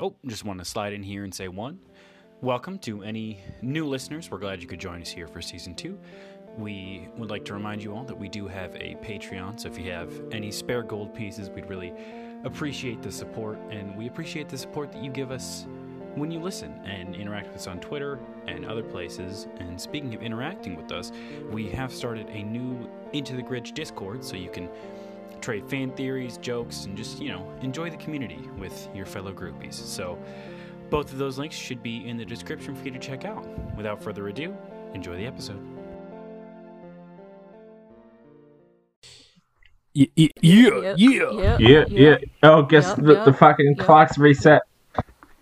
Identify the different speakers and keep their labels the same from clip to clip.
Speaker 1: Oh, just want to slide in here and say one. Welcome to any new listeners. We're glad you could join us here for season two. We would like to remind you all that we do have a Patreon, so if you have any spare gold pieces, we'd really appreciate the support, and we appreciate the support that you give us when you listen and interact with us on Twitter and other places. And speaking of interacting with us, we have started a new Into the Gridge Discord, so you can trade fan theories, jokes, and just, you know, enjoy the community with your fellow groupies. So both of those links should be in the description for you to check out. Without further ado, enjoy the episode.
Speaker 2: Yeah, yeah, yeah.
Speaker 3: Yeah, yeah. Oh, guess
Speaker 4: Yep,
Speaker 3: the,
Speaker 4: yep,
Speaker 3: the fucking
Speaker 4: yep.
Speaker 3: clock's reset.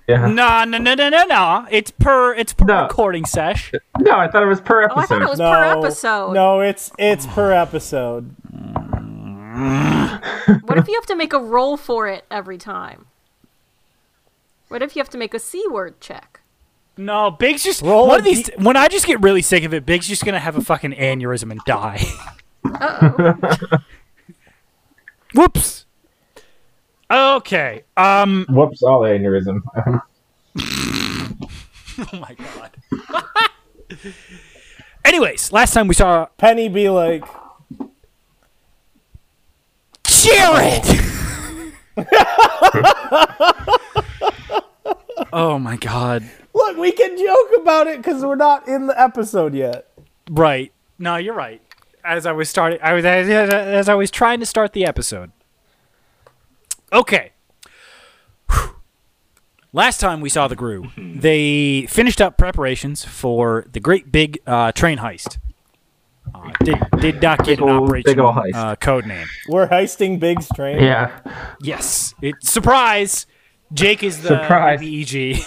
Speaker 3: Yeah.
Speaker 2: No, no, no, no, no, no. It's per, it's per
Speaker 3: No.
Speaker 2: recording sesh.
Speaker 3: No, I thought it was per
Speaker 4: Oh, I
Speaker 3: episode.
Speaker 4: thought it was per episode.
Speaker 5: No, it's it's per episode.
Speaker 4: What if you have to make a roll for it every time? What if you have to make a C word check?
Speaker 2: No, Big's just
Speaker 5: Roll
Speaker 2: one
Speaker 5: a
Speaker 2: of these.
Speaker 5: D-
Speaker 2: when I just get really sick of it, Big's just gonna have a fucking aneurysm and die.
Speaker 4: Uh oh.
Speaker 2: Whoops. Okay. Um.
Speaker 3: Whoops, all aneurysm.
Speaker 2: Oh my god. Anyways, last time we saw
Speaker 5: Penny be like,
Speaker 2: Jared. oh my god.
Speaker 5: "Look, we can joke about it because we're not in the episode yet."
Speaker 2: Right. No, you're right. As I was starting, I was as, as- as I was trying to start the episode. Okay. Whew. Last time we saw the Gru, they finished up preparations for the great big uh, train heist. Uh, did did not get
Speaker 3: Big
Speaker 2: an
Speaker 3: ol' big ol'
Speaker 2: operational
Speaker 3: heist.
Speaker 2: uh, code name.
Speaker 5: We're heisting Big's train.
Speaker 3: yeah.
Speaker 2: Yes. It, surprise. Jake is the E BEG.
Speaker 3: Surprise.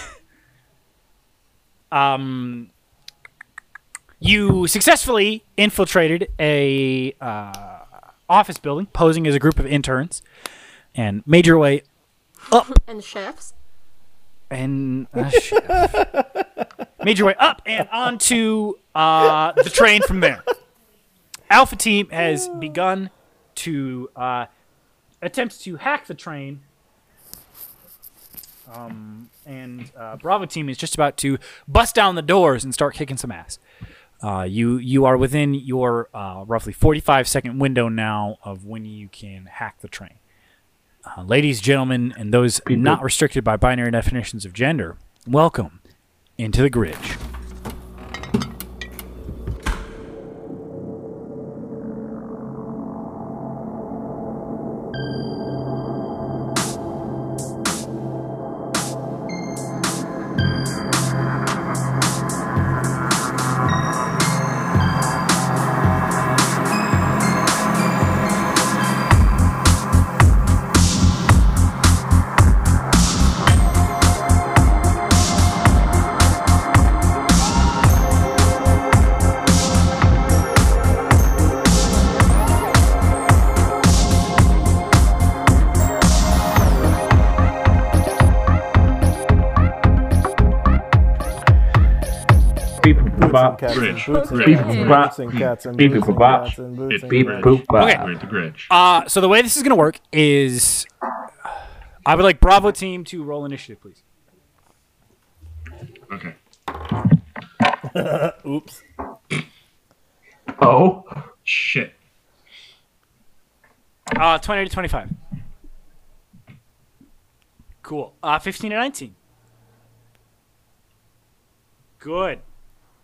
Speaker 2: um, you successfully infiltrated a uh, office building, posing as a group of interns, and made your way
Speaker 4: and chefs.
Speaker 2: and uh, shit. made your way up and onto uh, the train from there. Alpha Team has begun to uh, attempt to hack the train, um, and uh, Bravo Team is just about to bust down the doors and start kicking some ass. Uh, you you are within your uh, roughly 45 second window now of when you can hack the train. Uh, ladies, gentlemen, and those not restricted by binary definitions of gender, welcome into the Gridge.
Speaker 3: Beep boop bop.
Speaker 5: Cats and
Speaker 6: Rich,
Speaker 5: boots and
Speaker 6: rich,
Speaker 5: cats and
Speaker 3: rich.
Speaker 5: boots and cats and
Speaker 3: Beep,
Speaker 5: boots
Speaker 3: boop,
Speaker 5: and
Speaker 3: bop.
Speaker 5: cats and boots and
Speaker 3: Beep
Speaker 5: cats.
Speaker 3: boop bop.
Speaker 2: Okay.
Speaker 6: We're at the Grinch.
Speaker 2: Uh, so the way this is going to work is, I would like Bravo Team to roll initiative, please.
Speaker 6: Okay.
Speaker 5: Oops.
Speaker 3: Oh.
Speaker 6: Shit.
Speaker 2: Uh, twenty to twenty-five. Cool. Uh, fifteen to nineteen. Good.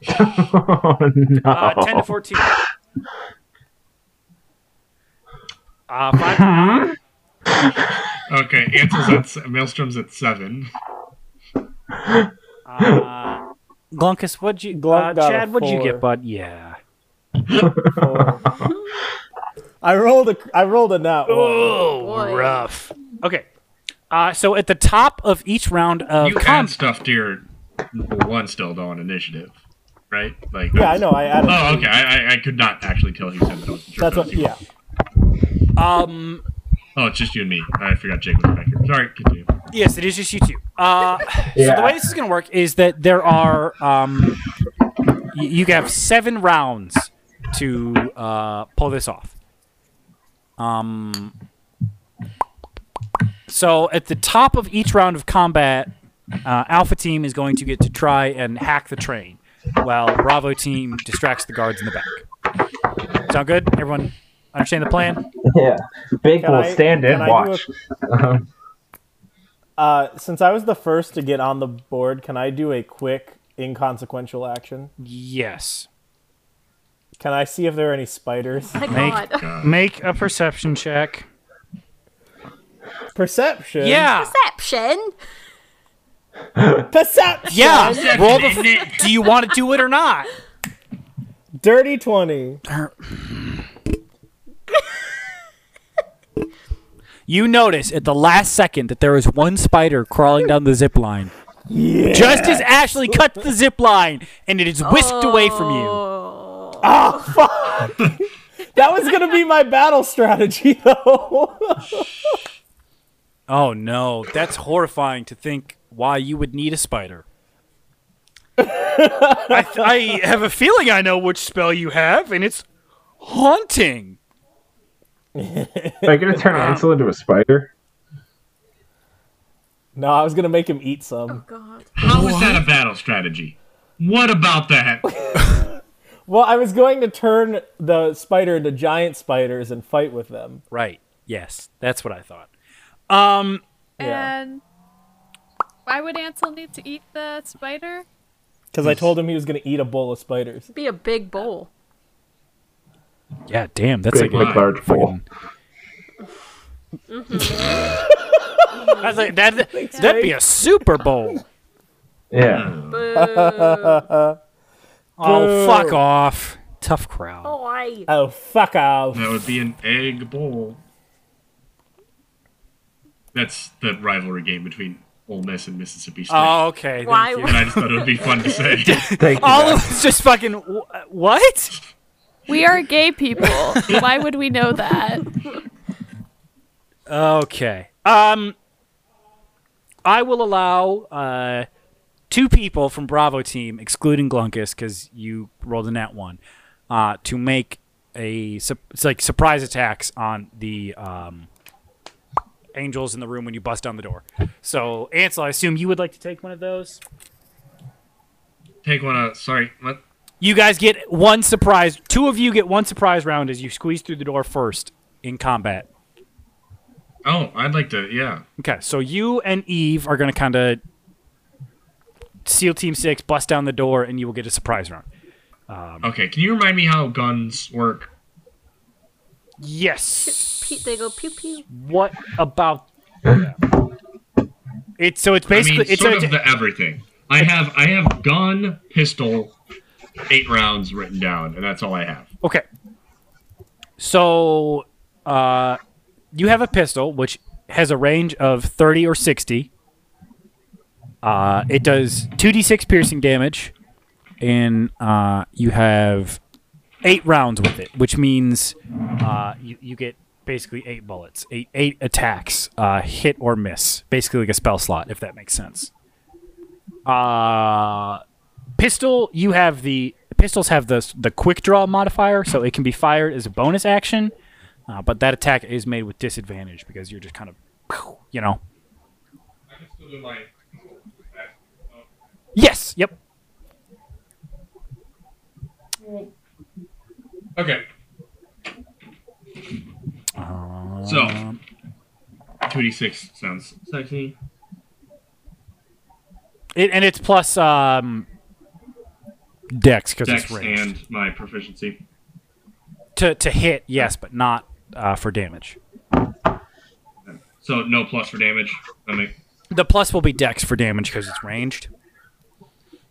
Speaker 3: oh no.
Speaker 2: Uh, ten to fourteen. Uh, five to nine.
Speaker 6: Okay, Ansel's at se- Maelstrom's at seven.
Speaker 2: Uh, Glunkus, what'd you?
Speaker 5: Glunk
Speaker 2: uh,
Speaker 5: got a
Speaker 2: Chad, what'd you
Speaker 5: four.
Speaker 2: get, bud? Yeah.
Speaker 5: I rolled a I rolled a nat one.
Speaker 4: Boy.
Speaker 2: rough. Okay. Uh, so at the top of each round of
Speaker 6: You
Speaker 2: com-
Speaker 6: add stuff to your number one still though on initiative, right? Like
Speaker 5: Yeah, I know. I added.
Speaker 6: Oh, okay. I, I, I could not actually tell who said that. I wasn't sure
Speaker 5: That's
Speaker 6: if that
Speaker 5: what.
Speaker 6: was you.
Speaker 5: Yeah.
Speaker 2: um
Speaker 6: Oh, it's just you and me. I forgot Jake was back here. Sorry, continue.
Speaker 2: yes, it is just you two. Uh, So
Speaker 3: Yeah.
Speaker 2: the way this is going to work is that there are um, y- you have seven rounds to uh, pull this off. Um, So at the top of each round of combat, uh, Alpha Team is going to get to try and hack the train, while Bravo Team distracts the guards in the back. Sound good? Everyone understand the plan?
Speaker 3: Yeah. Big
Speaker 5: Can
Speaker 3: will
Speaker 5: I-
Speaker 3: stand
Speaker 5: can
Speaker 3: and
Speaker 5: I do
Speaker 3: watch.
Speaker 5: Uh, since I was the first to get on the board, can I do a quick inconsequential action?
Speaker 2: Yes.
Speaker 5: Can I see if there are any spiders?
Speaker 4: My
Speaker 2: Make-
Speaker 4: God.
Speaker 2: Make a perception check.
Speaker 5: Perception.
Speaker 2: Yeah.
Speaker 4: Perception.
Speaker 5: Perception.
Speaker 2: Yeah. Roll the. do you want to do it or not?
Speaker 5: Dirty twenty.
Speaker 2: You notice at the last second that there is one spider crawling down the zip line. Just as Ashley cuts the zip line and it is whisked away from
Speaker 4: Oh.
Speaker 2: you.
Speaker 5: That was gonna be my battle strategy, though.
Speaker 2: Oh no, that's horrifying to think why you would need a spider. I, I have a feeling I know which spell you have, and it's haunting.
Speaker 3: Am I gonna turn Ansel into a spider?
Speaker 5: no, I was gonna make him eat some.
Speaker 4: God.
Speaker 6: How is that a battle strategy? What about that?
Speaker 5: Well, I was going to turn the spider into giant spiders and fight with them.
Speaker 2: Right. Yes, that's what I thought.
Speaker 5: Yeah.
Speaker 7: And why would Ansel need to eat the spider?
Speaker 5: Because I told him he was gonna eat a bowl of spiders.
Speaker 4: Be a big bowl.
Speaker 2: Yeah, damn, that's
Speaker 3: Big,
Speaker 2: like a
Speaker 3: big, large fool.
Speaker 2: That's like, that, that'd be a Super Bowl.
Speaker 3: Yeah.
Speaker 2: Oh, fuck off. Tough crowd.
Speaker 4: Boy.
Speaker 5: Oh fuck off!
Speaker 6: That would be an egg bowl. That's the rivalry game between Ole Miss and Mississippi State.
Speaker 2: Oh, okay. thank
Speaker 4: Why
Speaker 2: you.
Speaker 4: would-
Speaker 6: I just thought it would be fun to say.
Speaker 3: Thank you.
Speaker 2: All of it's just fucking wh- what?
Speaker 7: We are gay people. why would we know that?
Speaker 2: Okay. Um, I will allow uh, two people from Bravo team, excluding Glunkus, because you rolled a net one, uh, to make a sup- it's like surprise attacks on the um, angels in the room when you bust down the door. So Ansel, I assume you would like to take one of those.
Speaker 6: Take one out. Sorry. What?
Speaker 2: You guys get one surprise. Two of you get one surprise round as you squeeze through the door first in combat.
Speaker 6: Oh, I'd like to. Yeah.
Speaker 2: Okay, so you and Eve are going to kind of seal Team Six, bust down the door, and you will get a surprise round.
Speaker 6: Okay. Can you remind me how guns work?
Speaker 2: Yes.
Speaker 4: Pe- they go pew pew.
Speaker 2: What about? It's so it's
Speaker 6: I
Speaker 2: basically
Speaker 6: mean,
Speaker 2: it's,
Speaker 6: sort
Speaker 2: it's
Speaker 6: of the everything. I have I have gun, pistol, eight rounds written down, and that's all I have.
Speaker 2: okay. So, uh, you have a pistol which has a range of thirty or sixty. Uh, it does two d six piercing damage, and uh, you have eight rounds with it, which means uh, you, you get basically eight bullets, eight, eight attacks, uh, hit or miss, basically like a spell slot, if that makes sense. Uh, pistol, you have the pistols have the the quick draw modifier, so it can be fired as a bonus action, uh, but that attack is made with disadvantage because you're just kind of, you know. Yes. Yep.
Speaker 6: Okay. so,
Speaker 2: Um,
Speaker 6: 2d6 sounds sexy.
Speaker 2: It, and it's plus um, dex because it's
Speaker 6: Dex
Speaker 2: ranged.
Speaker 6: and my proficiency.
Speaker 2: to to hit, yes, but not uh, for damage.
Speaker 6: So no plus for damage. I mean,
Speaker 2: The plus will be dex for damage because it's ranged.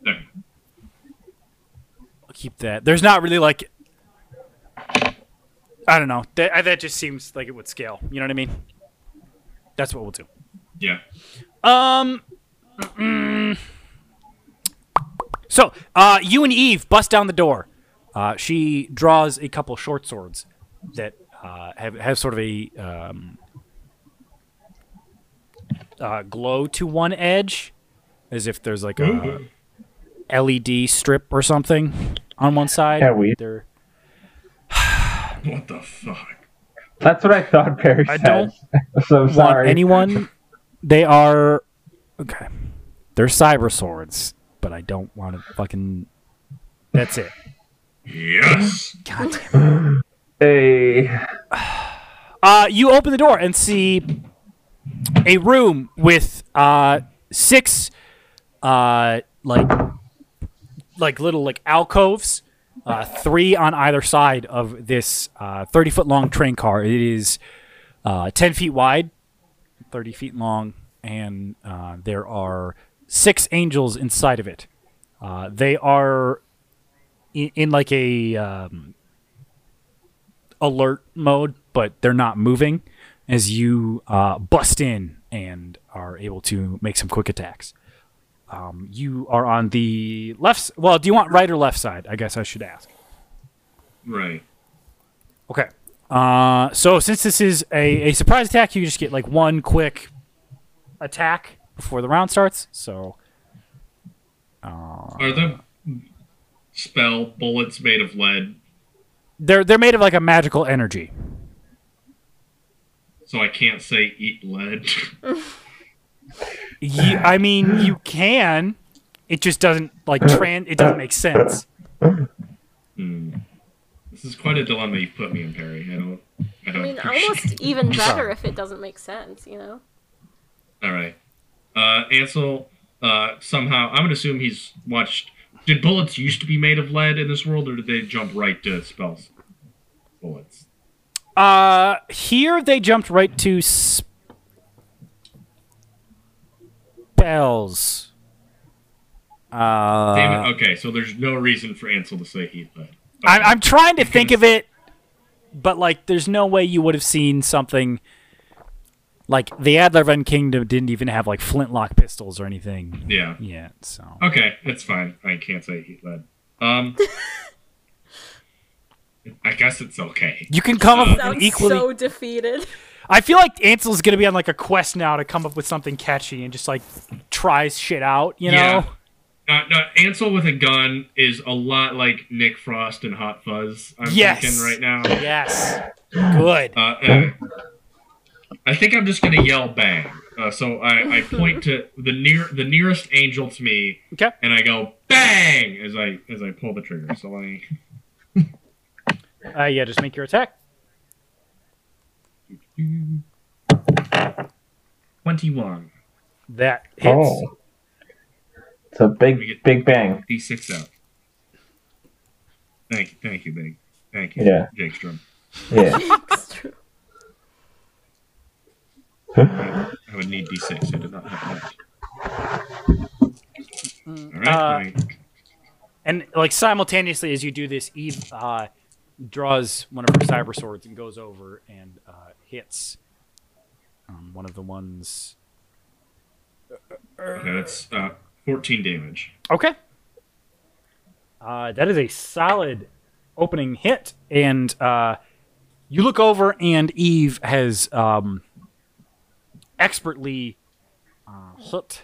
Speaker 6: there.
Speaker 2: I'll keep that. There's not really like I don't know. That I- that just seems like it would scale. You know what I mean? That's what we'll do.
Speaker 6: Yeah.
Speaker 2: Um. mm. So, uh, you and Eve bust down the door. Uh, she draws a couple short swords that uh, have have sort of a um, uh, glow to one edge, as if there's like a LED strip or something on one side.
Speaker 3: Yeah, we-
Speaker 2: They're-
Speaker 6: What the fuck?
Speaker 3: That's what I thought Perry
Speaker 2: I
Speaker 3: said.
Speaker 2: don't
Speaker 3: so sorry.
Speaker 2: want anyone They are okay. They're cyber swords, but I don't want to fucking. That's it.
Speaker 6: Yes.
Speaker 3: Hey.
Speaker 2: Uh, you open the door and see a room with uh, six uh, like like little like alcoves, uh, three on either side of this uh, thirty foot long train car. It is uh, ten feet wide, thirty feet long, and uh, there are six angels inside of it. Uh, they are in, in like a um, alert mode, but they're not moving as you uh, bust in and are able to make some quick attacks. Um, you are on the left. s- Well, do you want right or left side? I guess I should ask.
Speaker 6: Right.
Speaker 2: Okay. Uh, so since this is a, a surprise attack, you just get like one quick attack before the round starts. So
Speaker 6: Are the spell bullets made of lead?
Speaker 2: they're they're made of like a magical energy.
Speaker 6: So I can't say eat lead.
Speaker 2: You, I mean, you can. It just doesn't like tran. It doesn't make sense.
Speaker 6: this is quite a dilemma you put me in, Perry. I don't. I don't.
Speaker 4: I mean,
Speaker 6: appreciate-
Speaker 4: almost even better if it doesn't make sense, you know?
Speaker 6: All right. Uh, Ansel. Uh, somehow, I'm gonna assume he's watched. Did bullets used to be made of lead in this world, or did they jump right to spells? Bullets.
Speaker 2: Uh, here they jumped right to spells. Uh,
Speaker 6: Damn it. Okay, so there's no reason for Ansel to say eat lead.
Speaker 2: I'm, I'm trying to think of it, but like, there's no way you would have seen something like the Adlerven Kingdom didn't even have like flintlock pistols or anything
Speaker 6: Yeah.
Speaker 2: yet. So
Speaker 6: Okay, it's fine. I can't say heat lead. Um, I guess it's okay.
Speaker 2: you can come up with an
Speaker 4: Sounds
Speaker 2: equally.
Speaker 4: so defeated.
Speaker 2: I feel like Ansel's gonna be on like a quest now to come up with something catchy and just like tries shit out. You know.
Speaker 6: Yeah. Uh, no, Ansel with a gun is a lot like Nick Frost and Hot Fuzz. I'm
Speaker 2: Yes.
Speaker 6: thinking right now.
Speaker 2: Yes. Good.
Speaker 6: Uh, uh, I think I'm just gonna yell bang. Uh, so I, I point to the near the nearest angel to me,
Speaker 2: Okay.
Speaker 6: and I go bang as I as I pull the trigger. So I
Speaker 2: Uh, yeah, just make your attack.
Speaker 6: twenty one
Speaker 2: That hits.
Speaker 3: Oh. It's a big, big bang.
Speaker 6: d six out. Thank you, thank you, big, thank you,
Speaker 3: Yeah.
Speaker 6: Jake Strum.
Speaker 3: Yeah.
Speaker 6: I would need d6. I did not have that. All right.
Speaker 2: Uh,
Speaker 6: I-
Speaker 2: And like simultaneously as you do this, Eve uh, draws one of her cyber swords and goes over and uh, hits um, one of the ones.
Speaker 6: okay, that's uh, 14 damage.
Speaker 2: Okay. Uh, that is a solid opening hit, and uh, you look over, and Eve has um, expertly uh, hooked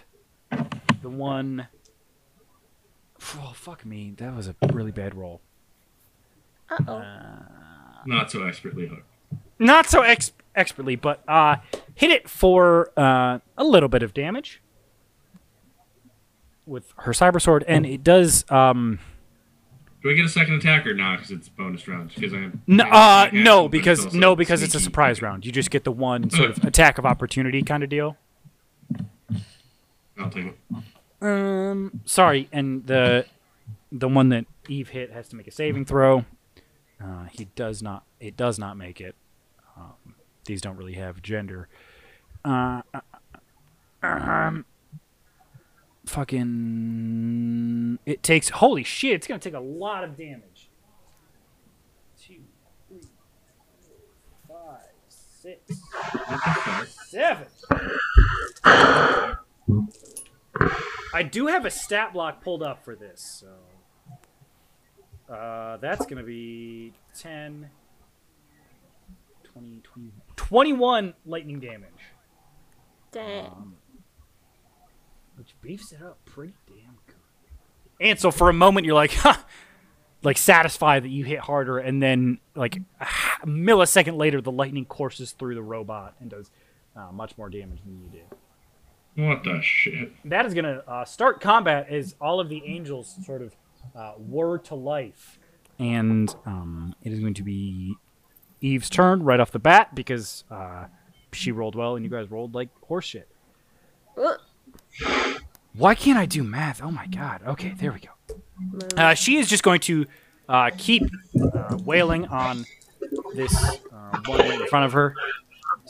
Speaker 2: the one oh fuck me, that was a really bad roll.
Speaker 6: Not so expertly hooked.
Speaker 2: Not so ex- expertly, but uh, hit it for uh, a little bit of damage with her cyber sword, and it does. Um,
Speaker 6: Do I get a second attack or not? Because it's bonus round. Because I am.
Speaker 2: No,
Speaker 6: I
Speaker 2: uh,
Speaker 6: have
Speaker 2: no,
Speaker 6: to, but it's
Speaker 2: because
Speaker 6: also
Speaker 2: no, because it's a
Speaker 6: sneaky.
Speaker 2: surprise round. You just get the one sort of attack of opportunity kind of deal.
Speaker 6: I'll take it.
Speaker 2: Um, sorry, and the the one that Eve hit has to make a saving throw. Uh, he does not. It does not make it. Um, these don't really have gender. Uh, uh, um, fucking. It takes. Holy shit! It's gonna take a lot of damage. Two, three, five, six, seven. I do have a stat block pulled up for this, so uh, that's going to be 10, 20, 20, 21 lightning damage,
Speaker 4: Dang.
Speaker 2: which beefs it up pretty damn good. And so for a moment you're like, huh, like satisfied that you hit harder, and then like a ha- millisecond later the lightning courses through the robot and does uh, much more damage than you did.
Speaker 6: What the shit?
Speaker 2: that is going to uh, start combat as all of the angels sort of uh, were to life. And um, it is going to be Eve's turn right off the bat because uh, she rolled well and you guys rolled like horseshit.
Speaker 4: Ugh.
Speaker 2: Why can't I do math? Oh my god. Okay, there we go. Uh, she is just going to uh, keep uh, wailing on this uh, one right in front of her.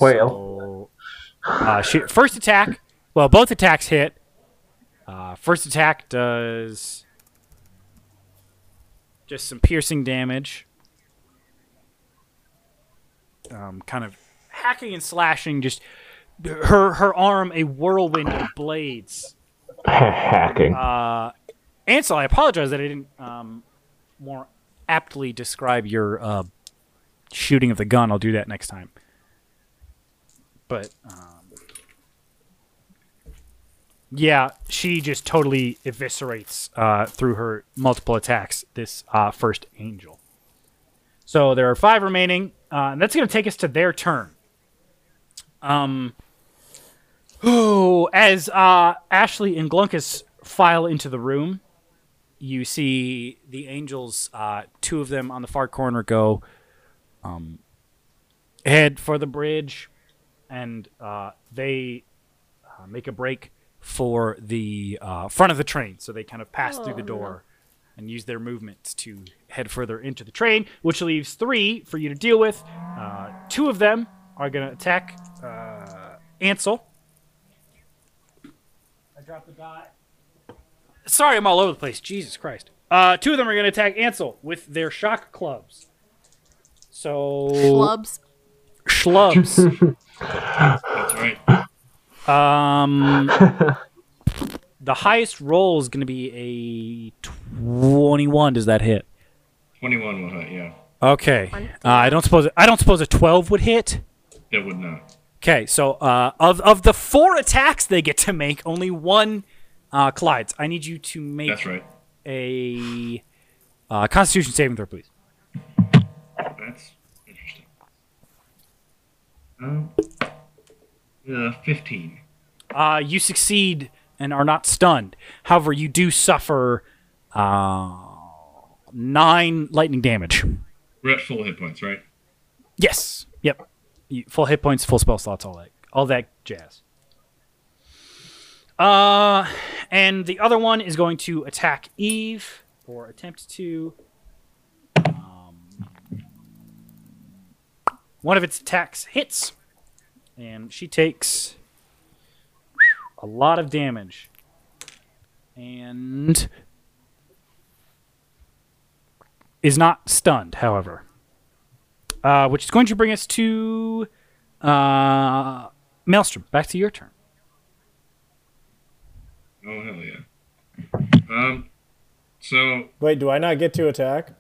Speaker 3: Whale.
Speaker 2: So, uh, she, first attack. Well, both attacks hit. Uh, first attack does just some piercing damage. Um, kind of hacking and slashing. Just her her arm a whirlwind of blades.
Speaker 3: Hacking.
Speaker 2: Uh, Ansel, I apologize that I didn't um, more aptly describe your uh, shooting of the gun. I'll do that next time. But um, yeah, she just totally eviscerates uh, through her multiple attacks this uh, first angel. So there are five remaining, uh, and that's going to take us to their turn. Um, oh, as uh, Ashley and Glunkus file into the room, you see the angels, uh, two of them on the far corner, go um, head for the bridge, and uh, they uh, make a break for the uh, front of the train. So they kind of pass through the door and use their movements to head further into the train, which leaves three for you to deal with. Uh, two of them are going to attack uh, Ansel. I dropped the dot. Sorry, I'm all over the place. Jesus Christ. Uh, two of them are going to attack Ansel with their shock clubs. So
Speaker 4: Clubs.
Speaker 2: schlubs.
Speaker 6: That's right.
Speaker 2: um, the highest roll is going to be a twenty-one. Does that hit?
Speaker 6: 21 will hit, yeah.
Speaker 2: Okay. Uh, I don't suppose I don't suppose a twelve would hit.
Speaker 6: That would not.
Speaker 2: Okay, so uh, of of the four attacks they get to make, only one uh, collides. I need you to make
Speaker 6: That's right.
Speaker 2: a uh, Constitution saving throw, please.
Speaker 6: That's interesting. Um, uh, 15.
Speaker 2: Uh, you succeed and are not stunned. However, you do suffer uh, nine lightning damage.
Speaker 6: We're at full hit points, right?
Speaker 2: Yes. Yep. You- Full hit points, full spell slots, all that, all that jazz. Uh, and the other one is going to attack Eve or attempt to. Um, one of its attacks hits, and she takes a lot of damage. And is not stunned, however uh, which is going to bring us to uh, Maelstrom. Back to your turn.
Speaker 6: Oh, hell yeah. Um, so,
Speaker 5: Wait, do I not get to attack?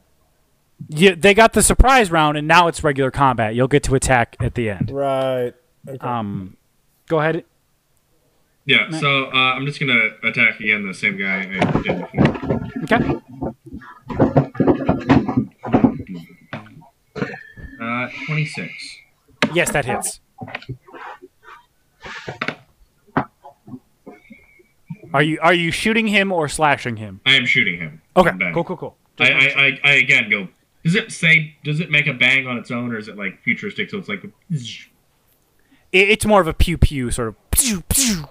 Speaker 2: Yeah, they got the surprise round, and now it's regular combat. You'll get to attack at the end.
Speaker 5: Right. Okay.
Speaker 2: Um, go ahead.
Speaker 6: yeah, so uh, I'm just going to attack again the same guy I did before.
Speaker 2: Okay.
Speaker 6: Uh, 26.
Speaker 2: Yes, that hits. Are you are you shooting him or slashing him?
Speaker 6: I am shooting him.
Speaker 2: Okay.
Speaker 6: I'm bang.
Speaker 2: Cool. Cool. Cool.
Speaker 6: I, I, I, I again go. Does it say? Does it make a bang on its own, or is it like futuristic? So it's like, zzz.
Speaker 2: It, it's more of a pew pew sort of pew pew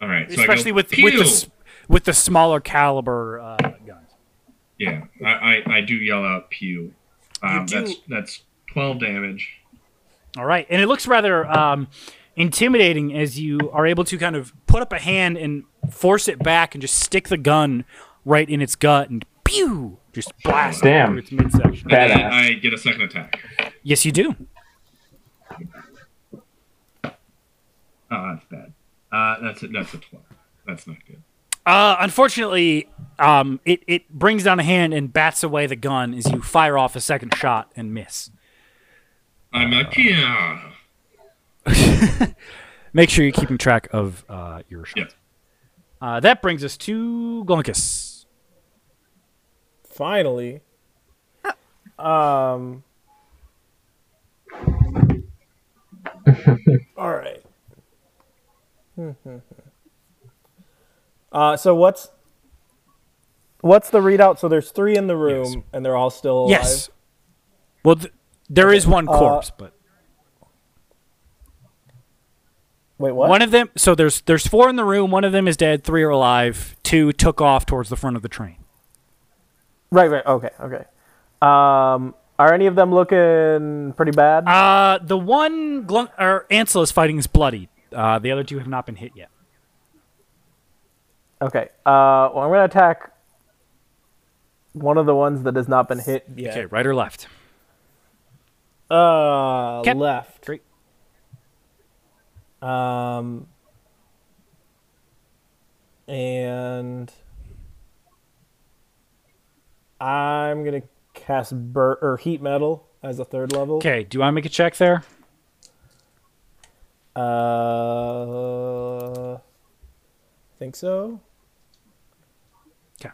Speaker 6: all right. So I go,
Speaker 2: especially with with
Speaker 6: "Pew!"
Speaker 2: the, s- with the smaller caliber uh, guns.
Speaker 6: yeah. I, I, I do yell out pew. Um,
Speaker 2: do-
Speaker 6: that's that's twelve damage.
Speaker 2: All right, and it looks rather um, intimidating as you are able to kind of put up a hand and force it back, and just stick the gun right in its gut and pew, just blast it
Speaker 3: Damn.
Speaker 2: through its midsection.
Speaker 6: And then
Speaker 3: Badass.
Speaker 6: I get a second attack.
Speaker 2: Yes, you do.
Speaker 6: Oh, that's bad. Uh, that's a, that's a twelve. That's not good.
Speaker 2: Uh, unfortunately, um, it it brings down a hand and bats away the gun as you fire off a second shot and miss.
Speaker 6: I'm like, yeah.
Speaker 2: Make sure you're keeping track of uh, your shots. Uh, that brings us to Glunkus.
Speaker 5: Finally. Um. All right. Uh, so what's what's the readout? So there's three in the room,
Speaker 2: Yes.
Speaker 5: and they're all still alive.
Speaker 2: Yes. Well, th- there is one
Speaker 5: uh,
Speaker 2: corpse, but
Speaker 5: Wait, what?
Speaker 2: one of them. So there's there's four in the room. One of them is dead. Three are alive. Two took off towards the front of the train.
Speaker 5: right, right. Okay, okay. Um, are any of them looking pretty bad?
Speaker 2: Uh, the one Glun- or Ansel is fighting is bloodied. Uh, the other two have not been hit yet.
Speaker 5: Okay. Uh, well, I'm gonna attack one of the ones that has not been hit yet.
Speaker 2: Okay, right or left?
Speaker 5: Uh,
Speaker 2: Cap-
Speaker 5: left.
Speaker 2: Great.
Speaker 5: Um, and I'm gonna cast bur- or heat metal as a third level.
Speaker 2: Okay, do I make a check there?
Speaker 5: Uh, think so.
Speaker 2: 'Kay.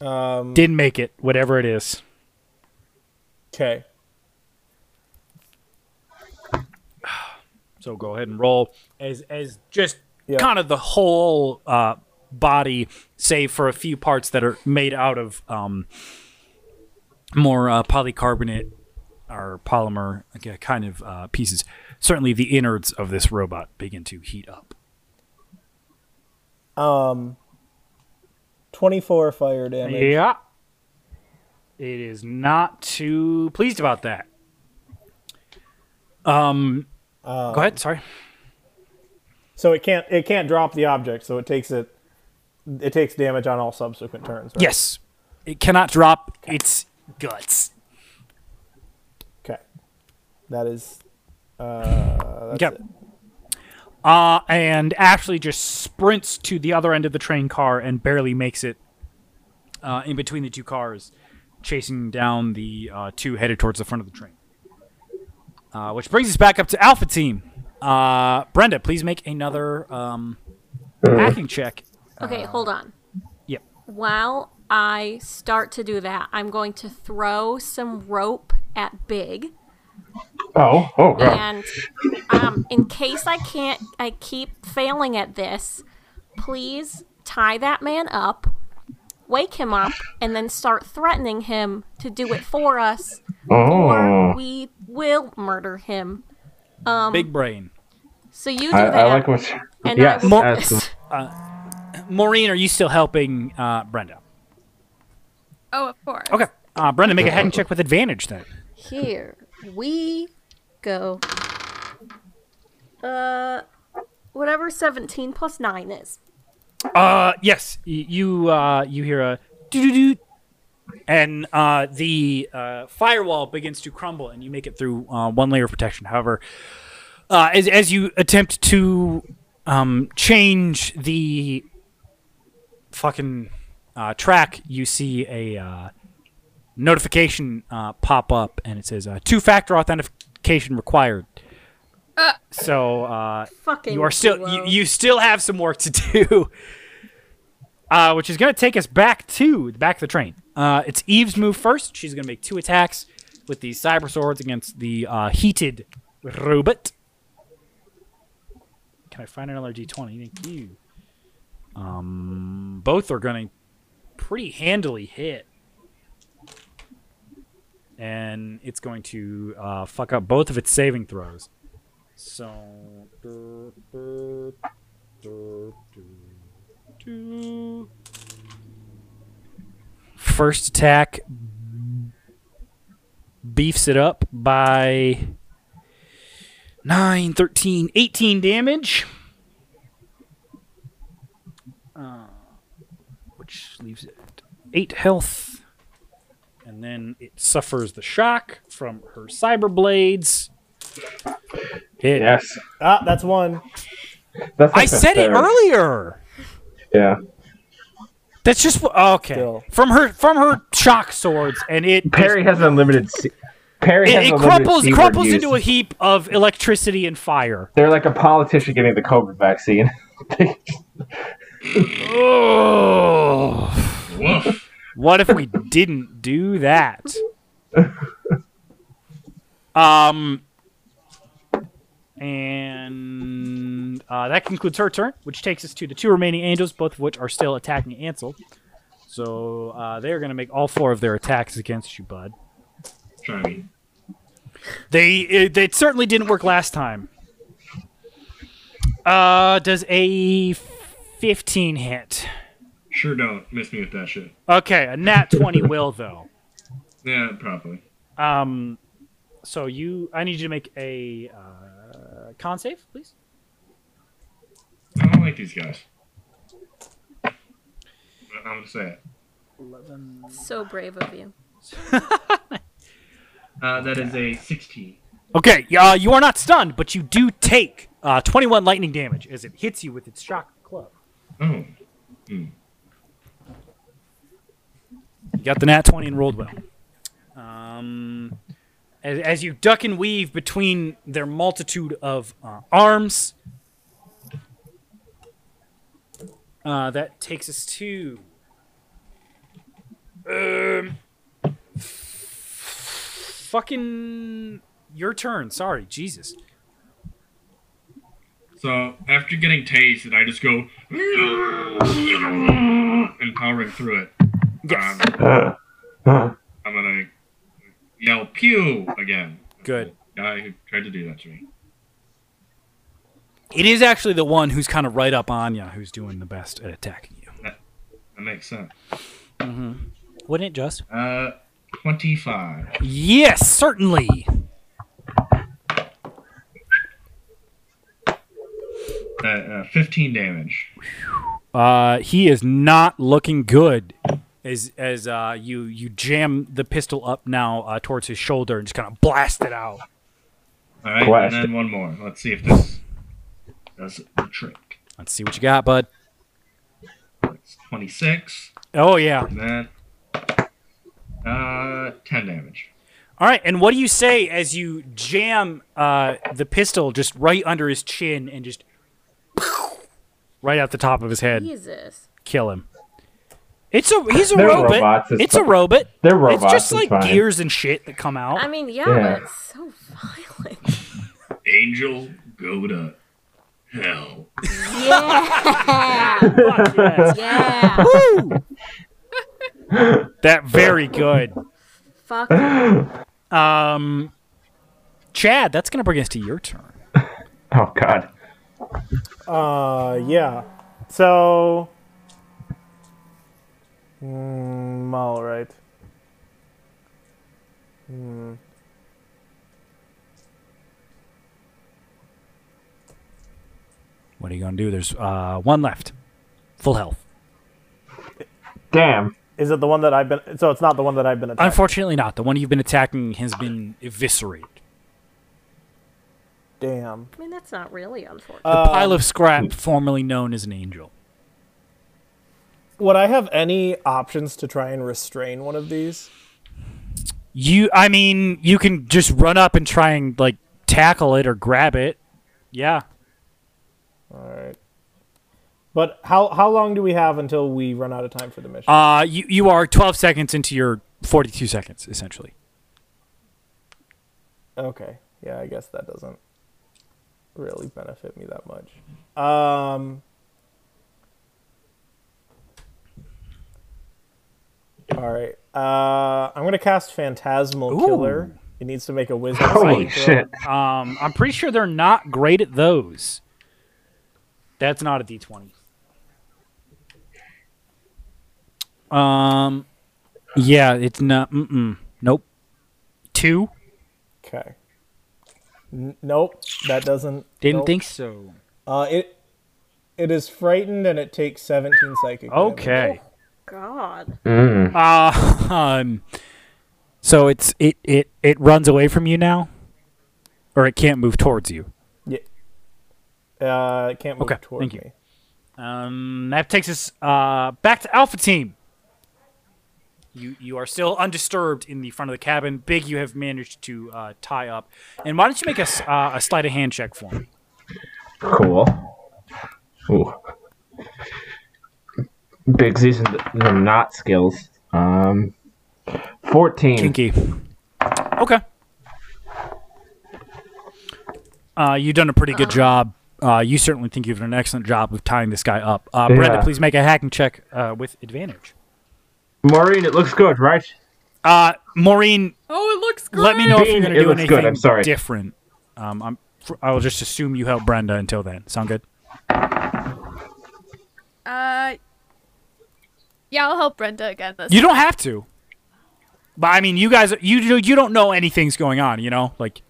Speaker 5: Um.
Speaker 2: Didn't make it. Whatever it is.
Speaker 5: Okay.
Speaker 2: So go ahead and roll as as just
Speaker 5: Yeah.
Speaker 2: kind of the whole uh, body, save for a few parts that are made out of um, more uh, polycarbonate or polymer okay, kind of uh, pieces. Certainly, the innards of this robot begin to heat up.
Speaker 5: Twenty-four fire damage.
Speaker 2: Yeah, it is not too pleased about that. Um, go ahead. Sorry.
Speaker 5: So it can't it can't drop the object, so it takes it it takes damage on all subsequent turns. Right?
Speaker 2: Yes, it cannot drop its guts.
Speaker 5: Okay. That is
Speaker 2: Yep. Uh, and Ashley just sprints to the other end of the train car and barely makes it uh, in between the two cars, chasing down the uh, two headed towards the front of the train. Uh, which brings us back up to Alpha Team. Uh, Brenda, please make another um, hacking check.
Speaker 4: Okay, hold on.
Speaker 2: Uh, Yep.
Speaker 4: While I start to do that, I'm going to throw some rope at Big.
Speaker 3: Oh, oh god.
Speaker 4: And um, in case I can't, I keep failing at this. Please tie that man up, wake him up, and then start threatening him to do it for us, or
Speaker 3: Oh,
Speaker 4: we will murder him.
Speaker 2: Big brain.
Speaker 4: So you do
Speaker 3: I,
Speaker 4: that,
Speaker 3: I like what. you-
Speaker 4: and
Speaker 3: Yes,
Speaker 4: I will
Speaker 3: that's the-
Speaker 2: Maureen, are you still helping uh, Brenda?
Speaker 7: Oh, of course.
Speaker 2: Okay. Uh, Brenda, make a hacking check with advantage then.
Speaker 4: Here we go. Uh, whatever 17 plus 9 is.
Speaker 2: Uh, yes, y- you uh, you hear a doo doo doo, and uh, the uh, firewall begins to crumble, and you make it through uh, one layer of protection. However, uh, as as you attempt to um, change the fucking uh, track, you see a uh, notification uh, pop up, and it says uh, two factor authentication required. so uh,
Speaker 4: Fucking.
Speaker 2: you are still you,
Speaker 4: blow.
Speaker 2: you still have some work to do uh, which is going to take us back to the back of the train uh, it's eve's move first she's going to make two attacks with the cyber swords against the uh, heated robot can i find another d20 thank you um, both are going to pretty handily hit and it's going to uh, fuck up both of its saving throws so. dur, dur, dur, dur, dur. First attack beefs it up by 9, 13, 18 damage. Uh, which leaves it at 8 health. And then it suffers the shock from her cyber blades. It
Speaker 3: Yes,
Speaker 5: ah, that's one.
Speaker 3: that's.
Speaker 2: I
Speaker 3: like the
Speaker 2: said it
Speaker 3: third.
Speaker 2: earlier.
Speaker 3: Yeah.
Speaker 2: That's just wh- okay.
Speaker 5: Still.
Speaker 2: From her from her shock swords, and it
Speaker 3: Perry has unlimited. Se- Perry
Speaker 2: it,
Speaker 3: has
Speaker 2: it
Speaker 3: unlimited
Speaker 2: crumples
Speaker 3: C-word
Speaker 2: crumples
Speaker 3: use.
Speaker 2: into a heap of electricity and fire.
Speaker 3: They're like a politician getting the COVID vaccine.
Speaker 2: Oh,
Speaker 6: Woof.
Speaker 2: what if we didn't do that? Um, And uh, that concludes her turn, which takes us to the two remaining angels, both of which are still attacking Ansel. So uh, they're going to make all four of their attacks against you, bud.
Speaker 6: Try me.
Speaker 2: They it, it certainly didn't work last time. Uh, does a fifteen hit?
Speaker 6: Sure don't miss me with that shit.
Speaker 2: Okay, a nat twenty will though.
Speaker 6: Yeah, probably.
Speaker 2: Um, so you, I need you to make a uh, con save, please.
Speaker 6: I don't like these guys. But I'm gonna say it.
Speaker 4: So brave of you.
Speaker 6: Uh, that is a 16.
Speaker 2: Okay, uh, you are not stunned, but you do take uh, twenty-one lightning damage as it hits you with its shock club.
Speaker 6: Oh,
Speaker 2: You got the nat 20 and rolled well. Um, as, as you duck and weave between their multitude of uh, arms, uh, that takes us to. Um, fucking your turn. Sorry, Jesus.
Speaker 6: So after getting tased, I just go and powering through it.
Speaker 2: Yes.
Speaker 6: Um,
Speaker 3: Uh, uh,
Speaker 6: I'm gonna yell pew again.
Speaker 2: Good.
Speaker 6: Guy who tried to do that to me.
Speaker 2: It is actually the one who's kind of right up on you who's doing the best at attacking you.
Speaker 6: That makes sense.
Speaker 2: Wouldn't it just?
Speaker 6: Uh, 25.
Speaker 2: Yes, certainly.
Speaker 6: Uh, uh, 15 damage.
Speaker 2: Uh, he is not looking good. As as uh, you you jam the pistol up now uh, towards his shoulder and just kind of blast it out.
Speaker 6: All right,
Speaker 3: Blast
Speaker 6: and then one more. Let's see if this does the trick.
Speaker 2: Let's see what you got, bud.
Speaker 6: That's 26.
Speaker 2: Oh yeah.
Speaker 6: And then uh, 10 damage.
Speaker 2: All right. And what do you say as you jam uh, the pistol just right under his chin and just right out the top of his head,
Speaker 4: Jesus.
Speaker 2: kill him? It's a he's a
Speaker 3: They're
Speaker 2: robot.
Speaker 3: robots,
Speaker 2: It's,
Speaker 3: it's
Speaker 2: a
Speaker 3: fine.
Speaker 2: robot.
Speaker 3: They're robots.
Speaker 2: It's just like
Speaker 3: fine.
Speaker 2: gears and shit that come out.
Speaker 4: I mean, yeah,
Speaker 3: Yeah.
Speaker 4: but it's so violent.
Speaker 6: Angel, go to hell.
Speaker 4: Yeah.
Speaker 2: Fuck yes.
Speaker 4: Yeah.
Speaker 2: Woo! that very good.
Speaker 4: Fuck. it.
Speaker 2: Um, Chad, that's gonna bring us to your turn.
Speaker 3: Oh God.
Speaker 5: Uh, yeah. So. Mm, all right. Hmm.
Speaker 2: What are you gonna do? There's uh, one left, full health.
Speaker 3: Damn.
Speaker 5: Is it the one that I've been? So it's not the one that I've been. Attacking.
Speaker 2: Unfortunately, not the one you've been attacking has been eviscerated.
Speaker 5: Damn. Um,
Speaker 4: I mean, that's not really unfortunate.
Speaker 2: The pile of scrap, formerly known as an angel.
Speaker 5: Would I have any options to try and restrain one of these?
Speaker 2: You, I mean, you can just run up and try and like tackle it or grab it. Yeah,
Speaker 5: All right. But how how long do we have until we run out of time for the mission?
Speaker 2: Uh, you you are 12 seconds into your 42 seconds essentially.
Speaker 5: okay. Yeah, I guess that doesn't really benefit me that much. Um. All right. Uh, I'm gonna cast Phantasmal
Speaker 2: Ooh.
Speaker 5: Killer. It needs to make a wisdom.
Speaker 3: Holy
Speaker 5: saving throw.
Speaker 3: shit.
Speaker 2: Um, I'm pretty sure they're not great at those. That's not a D20. Um, yeah, it's not. Mm-mm. Nope. Two.
Speaker 5: Okay. N- nope, that doesn't.
Speaker 2: Didn't
Speaker 5: nope.
Speaker 2: think so.
Speaker 5: Uh, it it is frightened and it takes 17 psychic. damage.
Speaker 2: Okay.
Speaker 4: God.
Speaker 3: Mm.
Speaker 2: Uh, um, so it's it it it runs away from you now, or it can't move towards you.
Speaker 5: Uh, it can't move
Speaker 2: Okay,
Speaker 5: towards
Speaker 2: thank you.
Speaker 5: me.
Speaker 2: Um, that takes us uh, back to Alpha Team. You you are still undisturbed in the front of the cabin. Big, you have managed to uh, tie up. And why don't you make a, s- uh, a sleight of hand check for me?
Speaker 3: Cool. Ooh. Big's using the, the not skills. Um. Fourteen.
Speaker 2: Kinky. Okay. uh, you've done a pretty good job. Uh, you certainly think you've done an excellent job of tying this guy up. Uh, Brenda,
Speaker 3: Yeah.
Speaker 2: please make a hacking check uh, with advantage.
Speaker 3: Maureen, it looks good, right?
Speaker 2: Uh, Maureen,
Speaker 7: Oh, it looks great.
Speaker 2: let me know if you're
Speaker 3: Dean,
Speaker 2: going to
Speaker 3: it
Speaker 2: do
Speaker 3: looks
Speaker 2: anything
Speaker 3: good. I'm sorry.
Speaker 2: different. Um, I'm, fr- I will just assume you help Brenda until then. Sound good?
Speaker 7: Uh, yeah, I'll help Brenda again. This
Speaker 2: You don't have to. But I mean, you guys, you do- you don't know anything's going on. You know, like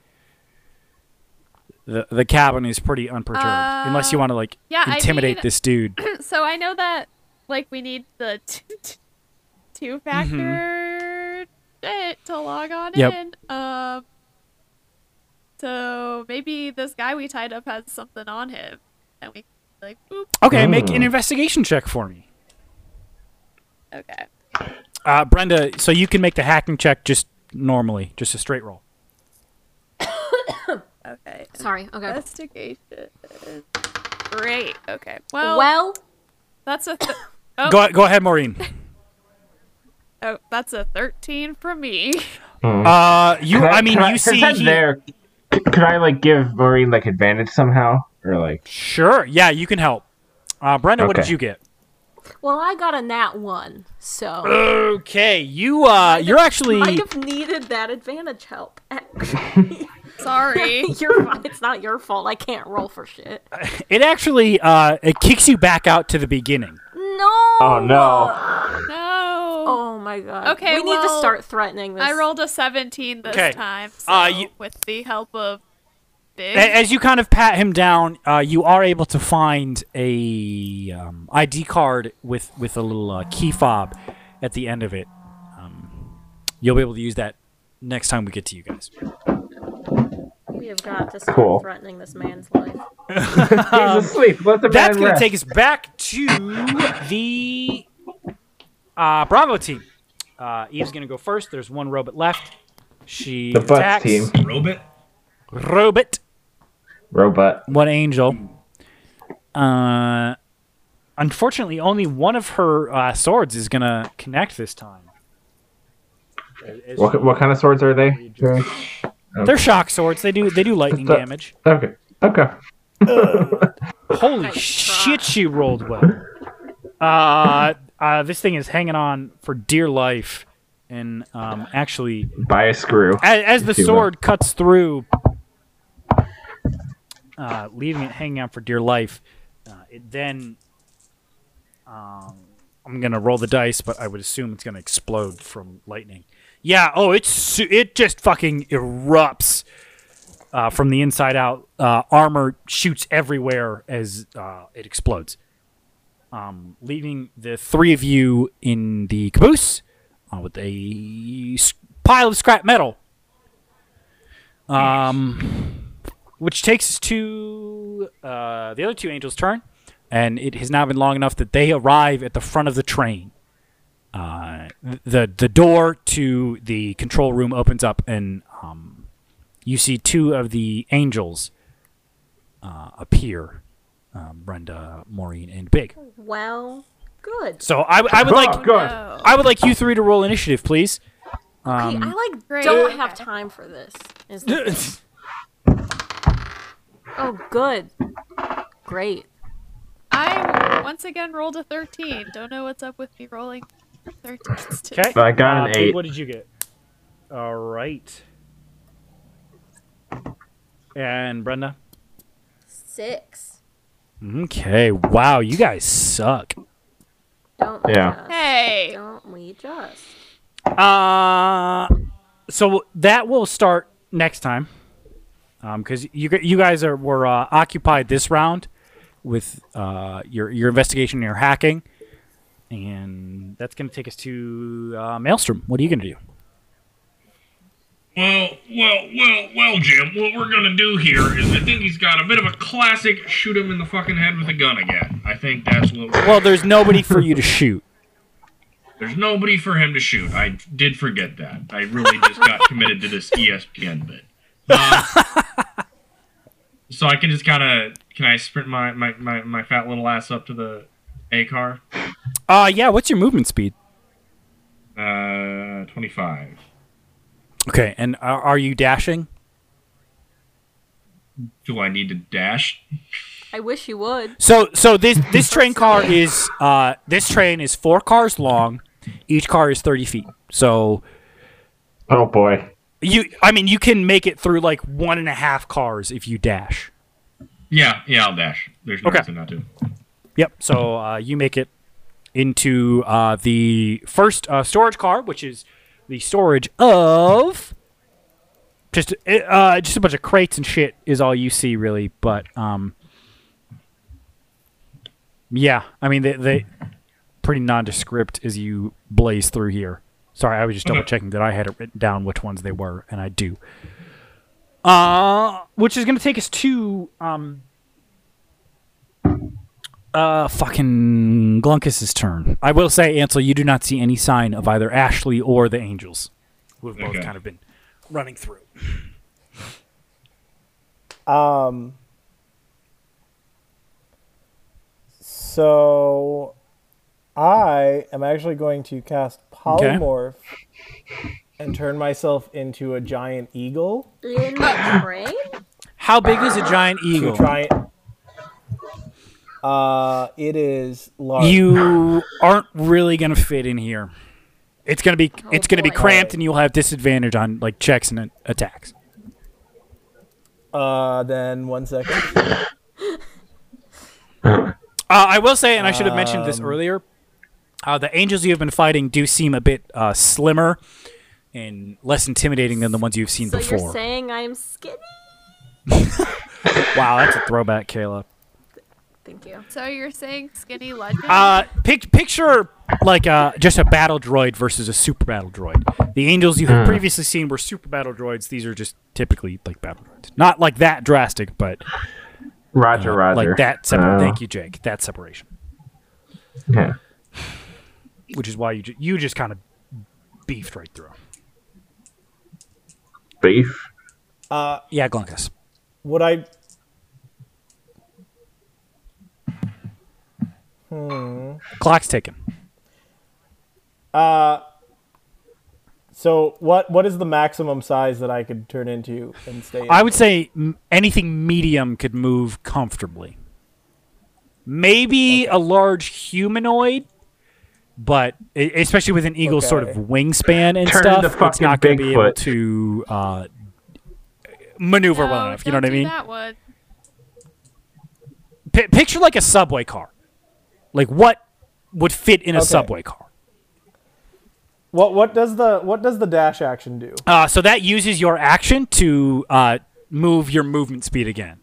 Speaker 2: the the cabin is pretty unperturbed, unless you want to like
Speaker 7: Uh, yeah, I
Speaker 2: intimidate
Speaker 7: mean-
Speaker 2: this dude.
Speaker 7: so I know that like we need the t- t- two factor shit to log on
Speaker 2: Mm-hmm. Yep.
Speaker 7: in. Um so maybe this guy we tied up has something on him and we like boop
Speaker 2: Okay,
Speaker 3: Oh.
Speaker 2: make an investigation check for me,
Speaker 7: okay.
Speaker 2: uh, Brenda. So you can make the hacking check just normally, just a straight roll.
Speaker 7: Okay.
Speaker 4: Sorry. Okay.
Speaker 7: Investigation. Great. Okay. Well,
Speaker 4: Well,
Speaker 7: that's a th- oh,
Speaker 2: Go go ahead, Maureen.
Speaker 7: oh that's a thirteen for me.
Speaker 2: Uh, you, I mean,
Speaker 3: Can
Speaker 2: you
Speaker 3: since
Speaker 2: see
Speaker 3: I'm
Speaker 2: he-
Speaker 3: there. c- Could I like give Maureen like advantage somehow, or like?
Speaker 2: Sure, yeah, you can help. Uh, Brenda, what did
Speaker 3: Okay.
Speaker 2: you get?
Speaker 4: well, I got a nat one, so
Speaker 2: Okay, you uh, you're actually
Speaker 4: might have needed that advantage help.
Speaker 7: Sorry.
Speaker 4: You're fine. It's not your fault. I can't roll for shit.
Speaker 2: it actually uh, it kicks you back out to the beginning.
Speaker 4: No.
Speaker 3: Oh no!
Speaker 7: no.
Speaker 4: Oh my god.
Speaker 7: Okay,
Speaker 4: We need to
Speaker 7: well,
Speaker 4: start threatening this.
Speaker 7: I rolled a seventeen this
Speaker 2: Okay.
Speaker 7: time. So
Speaker 2: Uh, you-
Speaker 7: with the help of Big.
Speaker 2: A- as you kind of pat him down, uh, you are able to find a um, ID card with with a little uh, key fob at the end of it. Um, you'll be able to use that next time we get to you guys.
Speaker 4: We have got to start
Speaker 3: Cool.
Speaker 4: threatening this man's life.
Speaker 3: He's asleep. Let the
Speaker 2: Uh, um, That's going
Speaker 3: man
Speaker 2: to
Speaker 3: rest.
Speaker 2: take us back to the uh, Bravo team. Uh, Eve's going to go first. There's one robot left. She
Speaker 3: The bus
Speaker 2: attacks.
Speaker 3: team.
Speaker 6: Robot?
Speaker 2: Robot.
Speaker 3: Robot.
Speaker 2: One angel. Uh, unfortunately, only one of her uh, swords is going to connect this time. As-
Speaker 3: What, what kind of swords are they? Jerry?
Speaker 2: They're shock swords. They do they do lightning
Speaker 3: Just, uh,
Speaker 2: damage.
Speaker 3: Okay. Okay.
Speaker 2: Holy shit, she rolled well. Uh, uh, this thing is hanging on for dear life, and um, actually,
Speaker 3: Buy a screw.
Speaker 2: as, as the
Speaker 3: If you
Speaker 2: sword cuts through, uh, leaving it hanging on for dear life, uh, it then. Um, I'm gonna roll the dice, but I would assume it's gonna explode from lightning. Yeah. Oh, it's su- it just fucking erupts uh, from the inside out. Uh, armor shoots everywhere as uh, it explodes, um, leaving the three of you in the caboose uh, with a s- pile of scrap metal. Um, which takes us to uh, the other two angels' turn, and it has now been long enough that they arrive at the front of the train. Uh, th- the the door to the control room opens up, and um, you see two of the angels uh, appear. Um, Brenda, Maureen, and Big.
Speaker 4: Well, good.
Speaker 2: So I, w- I would
Speaker 3: oh,
Speaker 2: like
Speaker 3: good.
Speaker 7: Oh.
Speaker 2: I would like you three to roll initiative, please. Um,
Speaker 4: Okay,
Speaker 3: Um,
Speaker 4: I like
Speaker 7: Great.
Speaker 4: don't
Speaker 7: Uh,
Speaker 4: have time for this. is the thing. oh, good. Great.
Speaker 7: I once again rolled a 13. Don't know what's up with me rolling 13s today.
Speaker 2: Okay.
Speaker 3: I got an
Speaker 2: Uh, Pete,
Speaker 3: eight.
Speaker 2: What did you get? All right. And Brenda.
Speaker 4: Six.
Speaker 2: Okay. Wow, you guys suck.
Speaker 4: Don't we
Speaker 3: Yeah.
Speaker 4: just?
Speaker 7: Hey.
Speaker 4: Don't we just?
Speaker 2: Uh, so that will start next time, um, because you gu- you guys are were uh, occupied this round with uh your your investigation, and your hacking, and that's going to take us to uh, Maelstrom. What are you going to do?
Speaker 6: Well, well, well, well, Jim, what we're gonna do here is I think he's got a bit of a classic shoot him in the fucking head with a gun again. I think that's what
Speaker 2: Well, there's nobody for you to shoot.
Speaker 6: there's nobody for him to shoot. I did forget that. I really just got committed to this E ESPN bit. Um, so I can just kinda can I sprint my, my, my, my fat little ass up to the A car?
Speaker 2: Uh, yeah. What's your movement speed?
Speaker 6: Uh twenty five.
Speaker 2: Okay, and are, are you dashing?
Speaker 6: Do I need to dash?
Speaker 4: I wish you would.
Speaker 2: So so this this train car is uh this train is four cars long. Each car is thirty feet. So
Speaker 3: Oh boy.
Speaker 2: you I mean you can make it through like one and a half cars if you dash.
Speaker 6: Yeah, yeah, I'll dash. There's no
Speaker 2: Okay.
Speaker 6: reason not to.
Speaker 2: Yep. So uh, you make it into uh, the first uh, storage car, which is the storage of just uh, just a bunch of crates and shit is all you see really. But um, yeah, I mean they they pretty nondescript as you blaze through here. Sorry, I was just double checking that I had it written down which ones they were, and I do. Uh, which is going to take us to um, uh, fucking Glunkus's turn. I will say, Ansel, you do not see any sign of either Ashley or the Angels, who have both
Speaker 6: Okay.
Speaker 2: kind of been running through.
Speaker 5: Um. So, I am actually going to cast polymorph and turn myself into a giant eagle
Speaker 4: In the train?
Speaker 2: How big is a giant
Speaker 5: to
Speaker 2: eagle?
Speaker 5: try. Uh, it is large.
Speaker 2: You aren't really gonna fit in here. It's gonna be it's gonna be
Speaker 4: Oh, boy.
Speaker 2: cramped, and you'll have disadvantage on like checks and uh, attacks.
Speaker 5: Uh, then one second.
Speaker 2: Uh, I will say, and I should have mentioned
Speaker 4: Um,
Speaker 2: this earlier. Uh, the angels you have been fighting do seem a bit uh, slimmer and less intimidating than the ones you've seen
Speaker 4: So
Speaker 2: before.
Speaker 4: you're saying I'm skinny?
Speaker 2: wow, that's a throwback, Kayla.
Speaker 4: Thank you.
Speaker 7: So you're saying skinny legend?
Speaker 2: Uh, pic- picture like uh, just a battle droid versus a super battle droid. The angels you have
Speaker 3: Hmm.
Speaker 2: previously seen were super battle droids. These are just typically like battle droids, not like that drastic, but
Speaker 3: Roger, Roger.
Speaker 2: like that. Separ-
Speaker 3: Uh,
Speaker 2: Thank you, Jake. That separation,
Speaker 3: Yeah.
Speaker 2: which is why you ju- you just kind of beefed right through.
Speaker 3: Beef.
Speaker 2: Yeah, Glunkus.
Speaker 5: Uh, Would I?
Speaker 2: Clock's ticking.
Speaker 5: uh, So what? What is the maximum size that I could turn into and stay? In?
Speaker 2: I would say m- anything medium could move comfortably. Maybe a large humanoid, but e- especially with an eagle's sort of
Speaker 5: Okay.
Speaker 2: wingspan and
Speaker 3: Turn
Speaker 2: stuff,
Speaker 3: into
Speaker 2: it's not going
Speaker 3: fucking
Speaker 2: to be able
Speaker 3: Bigfoot.
Speaker 2: to uh, maneuver
Speaker 7: No,
Speaker 2: well enough. You know what
Speaker 7: don't
Speaker 2: I
Speaker 7: do
Speaker 2: mean?
Speaker 7: That one.
Speaker 2: Pi picture like a subway car. Like what would fit in a
Speaker 5: Okay.
Speaker 2: subway car?
Speaker 5: What? What does the? What does the dash action do?
Speaker 2: Uh, so that uses your action to uh, move your movement speed again.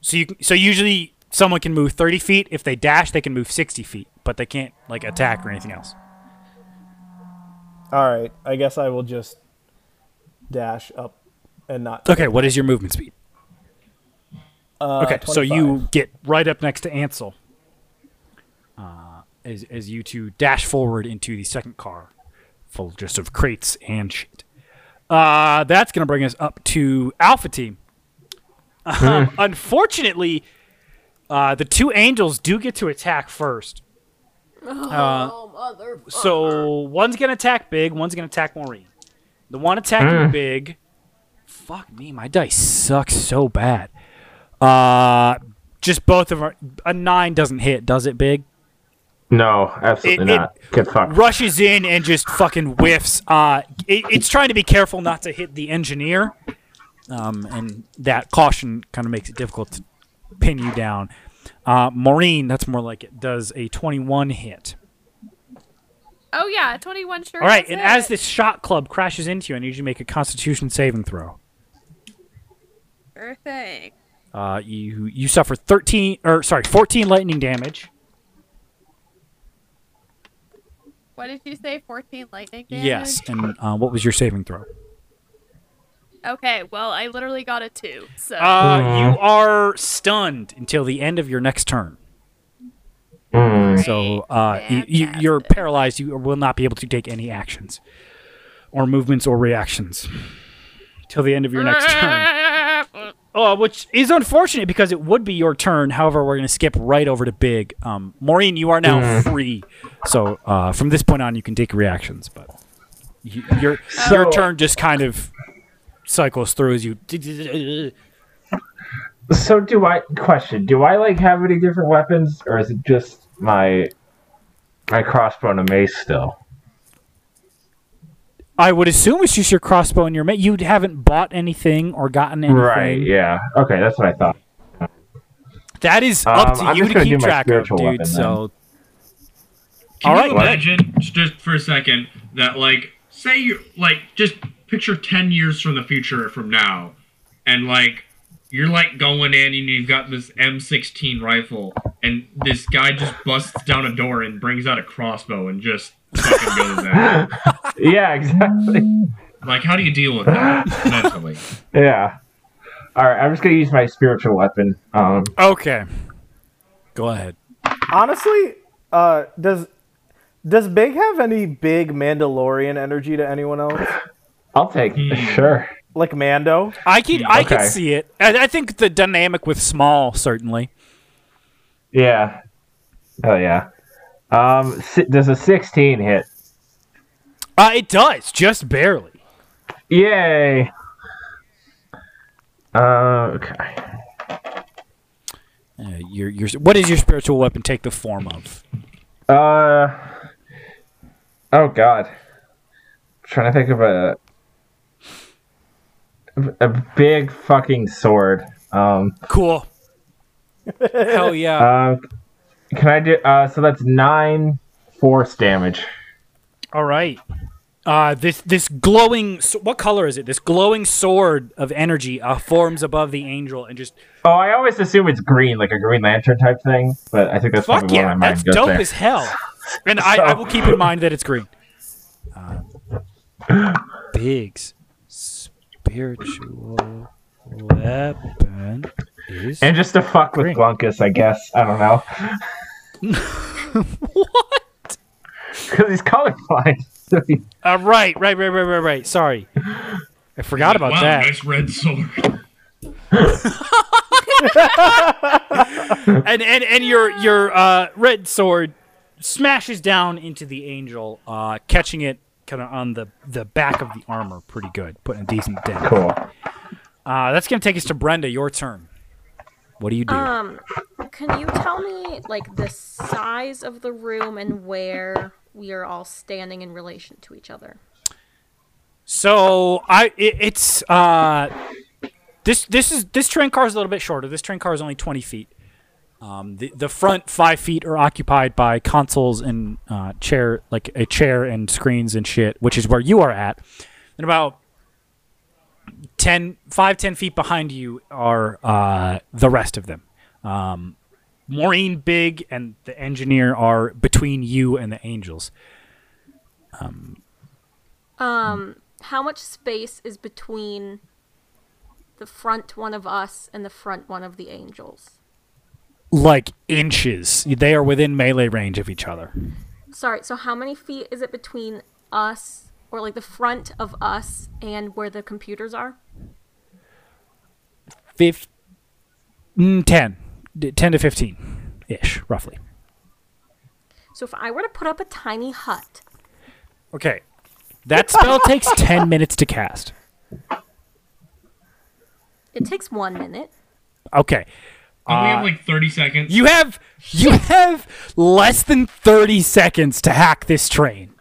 Speaker 2: So you so usually someone can move thirty feet. If they dash, they can move sixty feet, but they can't like attack or anything else.
Speaker 5: All right. I guess I will just dash up and not.
Speaker 2: Okay, what is your movement speed?
Speaker 5: Uh,
Speaker 2: okay, so
Speaker 5: 25.
Speaker 2: you get right up next to Ansel. Uh, as as you two dash forward into the second car, full just of crates and shit. Uh, that's gonna bring us up to Alpha Team. Um, unfortunately, uh, the two angels do get to attack first.
Speaker 4: oh, mother.
Speaker 2: So one's gonna attack Big, one's gonna attack Maureen. The one attacking Big, fuck me, my dice sucks so bad. Uh, just both of our a nine doesn't hit, does it? Big
Speaker 3: No, absolutely
Speaker 2: It- it-
Speaker 3: not. Get fucked.
Speaker 2: rushes in and just fucking whiffs. Uh, it, it's trying to be careful not to hit the engineer, um, and that caution kind of makes it difficult to pin you down. Uh, Maureen, that's more like it. Does a twenty-one hit?
Speaker 7: Oh yeah, 21 sure.
Speaker 2: All right,
Speaker 7: does
Speaker 2: and
Speaker 7: it.
Speaker 2: as this shot club crashes into you, I need you to make a Constitution saving throw.
Speaker 7: Sure thing.
Speaker 2: Uh, you you suffer thirteen or sorry fourteen lightning damage.
Speaker 7: What did you say? 14 lightning damage.
Speaker 2: Yes, and uh, what was your saving throw?
Speaker 7: Okay. Well, I literally got a two. So.
Speaker 2: Uh, you are stunned until the end of your next turn. So uh, you, you, you're
Speaker 7: Fantastic.
Speaker 2: paralyzed. You will not be able to take any actions, or movements, or reactions till the end of your next turn. Oh, which is unfortunate because it would be your turn. However, we're going to skip right over to Big. Um, Maureen, you are now free. So uh, from this point on, you can take reactions, but y your your
Speaker 3: So-
Speaker 2: turn just kind of cycles through as you
Speaker 3: So do I? Question: Do I like have any different weapons, or is it just my my crossbow and a mace still?
Speaker 2: I would assume it's just your crossbow and your mate. You haven't bought anything or gotten anything.
Speaker 3: Right. Yeah. Okay, that's what I thought.
Speaker 2: That is up
Speaker 3: Um,
Speaker 2: to
Speaker 3: I'm
Speaker 2: you
Speaker 3: just
Speaker 2: to
Speaker 3: gonna
Speaker 2: keep
Speaker 3: do my
Speaker 2: track of,
Speaker 3: spiritual
Speaker 2: dude.
Speaker 3: weapon,
Speaker 2: so
Speaker 6: Can
Speaker 2: All
Speaker 6: you
Speaker 2: right.
Speaker 6: imagine just for a second that like say you like just picture ten years from the future from now, and like you're like going in and you've got this M16 rifle, and this guy just busts down a door and brings out a crossbow and just fucking goes at it.
Speaker 3: Yeah. Exactly.
Speaker 6: Like how do you deal with that mentally?
Speaker 3: Yeah. All right. I'm just gonna use my spiritual weapon. Um.
Speaker 2: okay, go ahead.
Speaker 5: Honestly, uh, does does Big have any big Mandalorian energy to anyone else?
Speaker 3: I'll take sure.
Speaker 5: Like Mando?
Speaker 2: I could, I could
Speaker 3: Okay.
Speaker 2: see it. I, I think the dynamic with small certainly.
Speaker 3: Yeah. Oh yeah. Um. Si- does a 16 hit?
Speaker 2: Uh, it does just barely.
Speaker 3: Yay. Uh, okay.
Speaker 2: Uh, your, your, what does your spiritual weapon take the form of?
Speaker 3: Uh. Oh God. I'm trying to think of a a big fucking sword. Um.
Speaker 2: Cool. Hell yeah.
Speaker 3: Uh. Can I do? Uh. So that's nine force damage.
Speaker 2: All right. Uh, this this glowing s- what color is it? This glowing sword of energy uh, forms above the angel and just
Speaker 3: Oh, I always assume it's green, like a Green Lantern type thing, but I think that's
Speaker 2: fuck
Speaker 3: probably where
Speaker 2: yeah,
Speaker 3: my mind
Speaker 2: that's
Speaker 3: goes
Speaker 2: dope
Speaker 3: there.
Speaker 2: as hell. And I, I will keep in mind that it's green. Uh, Biggs spiritual weapon is
Speaker 3: and just to fuck with
Speaker 2: Green.
Speaker 3: Glunkus, I guess. I don't know.
Speaker 2: what?
Speaker 3: Because he's colorblind. So he-
Speaker 2: Uh, right, right, right, right, right, right. Sorry, I forgot about
Speaker 6: wow,
Speaker 2: that.
Speaker 6: Oh, nice red sword.
Speaker 2: and and and your your uh, red sword smashes down into the angel, uh, catching it kind of on the the back of the armor, pretty good, putting a decent dent.
Speaker 3: cool.
Speaker 2: Uh, that's gonna take us to Brenda. Your turn. What do you do?
Speaker 4: Um, can you tell me like the size of the room and where we are all standing in relation to each other?
Speaker 2: so I it, it's uh this this is this train car is a little bit shorter. This train car is only twenty feet. Um, the the front five feet are occupied by consoles and uh, chair like a chair and screens and shit, which is where you are at. And about 10, 5, 10 feet behind you are uh, the rest of them. Um, Maureen, Big, and the engineer are between you and the angels.
Speaker 4: Um, how much space is between the front one of us and the front one of the angels?
Speaker 2: Like inches. They are within melee range of each other.
Speaker 4: Sorry, so how many feet is it between us or like the front of us and where the computers are?
Speaker 2: Fif- mm, 10. D- 10 to 15 ish, roughly.
Speaker 4: So if I were to put up a tiny hut,
Speaker 2: Okay. That spell takes 10 minutes to cast.
Speaker 4: it takes one minute.
Speaker 2: Okay.
Speaker 6: Don't
Speaker 2: Uh,
Speaker 6: we have like 30 seconds.
Speaker 2: You have you have less than 30 seconds to hack this train.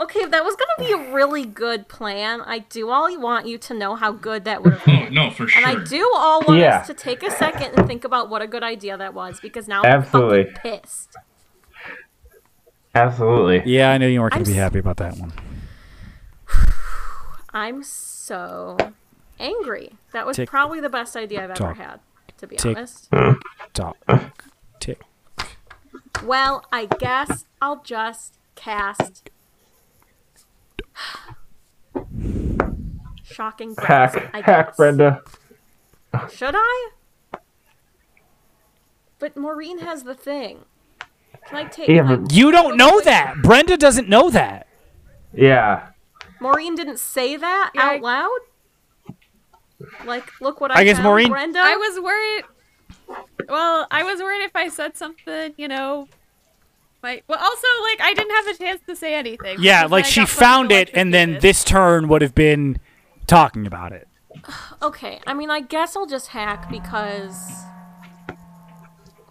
Speaker 4: Okay, that was gonna be a really good plan. I do all want you to know how good that would have
Speaker 6: oh,
Speaker 4: been.
Speaker 6: no, for
Speaker 4: And
Speaker 6: sure.
Speaker 4: I do all want
Speaker 3: Yeah.
Speaker 4: us to take a second and think about what a good idea that was because now
Speaker 3: Absolutely.
Speaker 4: I'm fucking pissed.
Speaker 3: Absolutely.
Speaker 2: Yeah, I know you weren't going
Speaker 4: I'm
Speaker 2: to be
Speaker 4: s-
Speaker 2: happy about that one.
Speaker 4: I'm so angry. That was
Speaker 2: Tick.
Speaker 4: probably the best idea I've ever
Speaker 2: Tock.
Speaker 4: had, to be
Speaker 2: Tick.
Speaker 4: honest.
Speaker 2: Stop. Tick.
Speaker 4: Well, I guess I'll just cast Shocking Grasp,
Speaker 3: Hack,
Speaker 4: I
Speaker 3: hack,
Speaker 4: guess.
Speaker 3: Brenda.
Speaker 4: Should I? But Maureen has the thing. Can I take
Speaker 3: Yeah,
Speaker 4: my-
Speaker 3: but-
Speaker 2: You don't know that. Brenda doesn't know that.
Speaker 3: Yeah.
Speaker 4: Maureen didn't say that
Speaker 7: Yeah, I-
Speaker 4: out loud? Like, look what I,
Speaker 2: I guess
Speaker 4: found,
Speaker 2: Maureen-
Speaker 4: Brenda.
Speaker 7: I was worried. Well, I was worried if I said something, you know. Like, well, also, like, I didn't have a chance to say anything.
Speaker 2: Yeah,
Speaker 7: because
Speaker 2: like
Speaker 7: I
Speaker 2: she
Speaker 7: got fucking
Speaker 2: found it and then
Speaker 7: electrocuted.
Speaker 2: this turn would have been talking about it.
Speaker 4: Okay, I mean, I guess I'll just hack because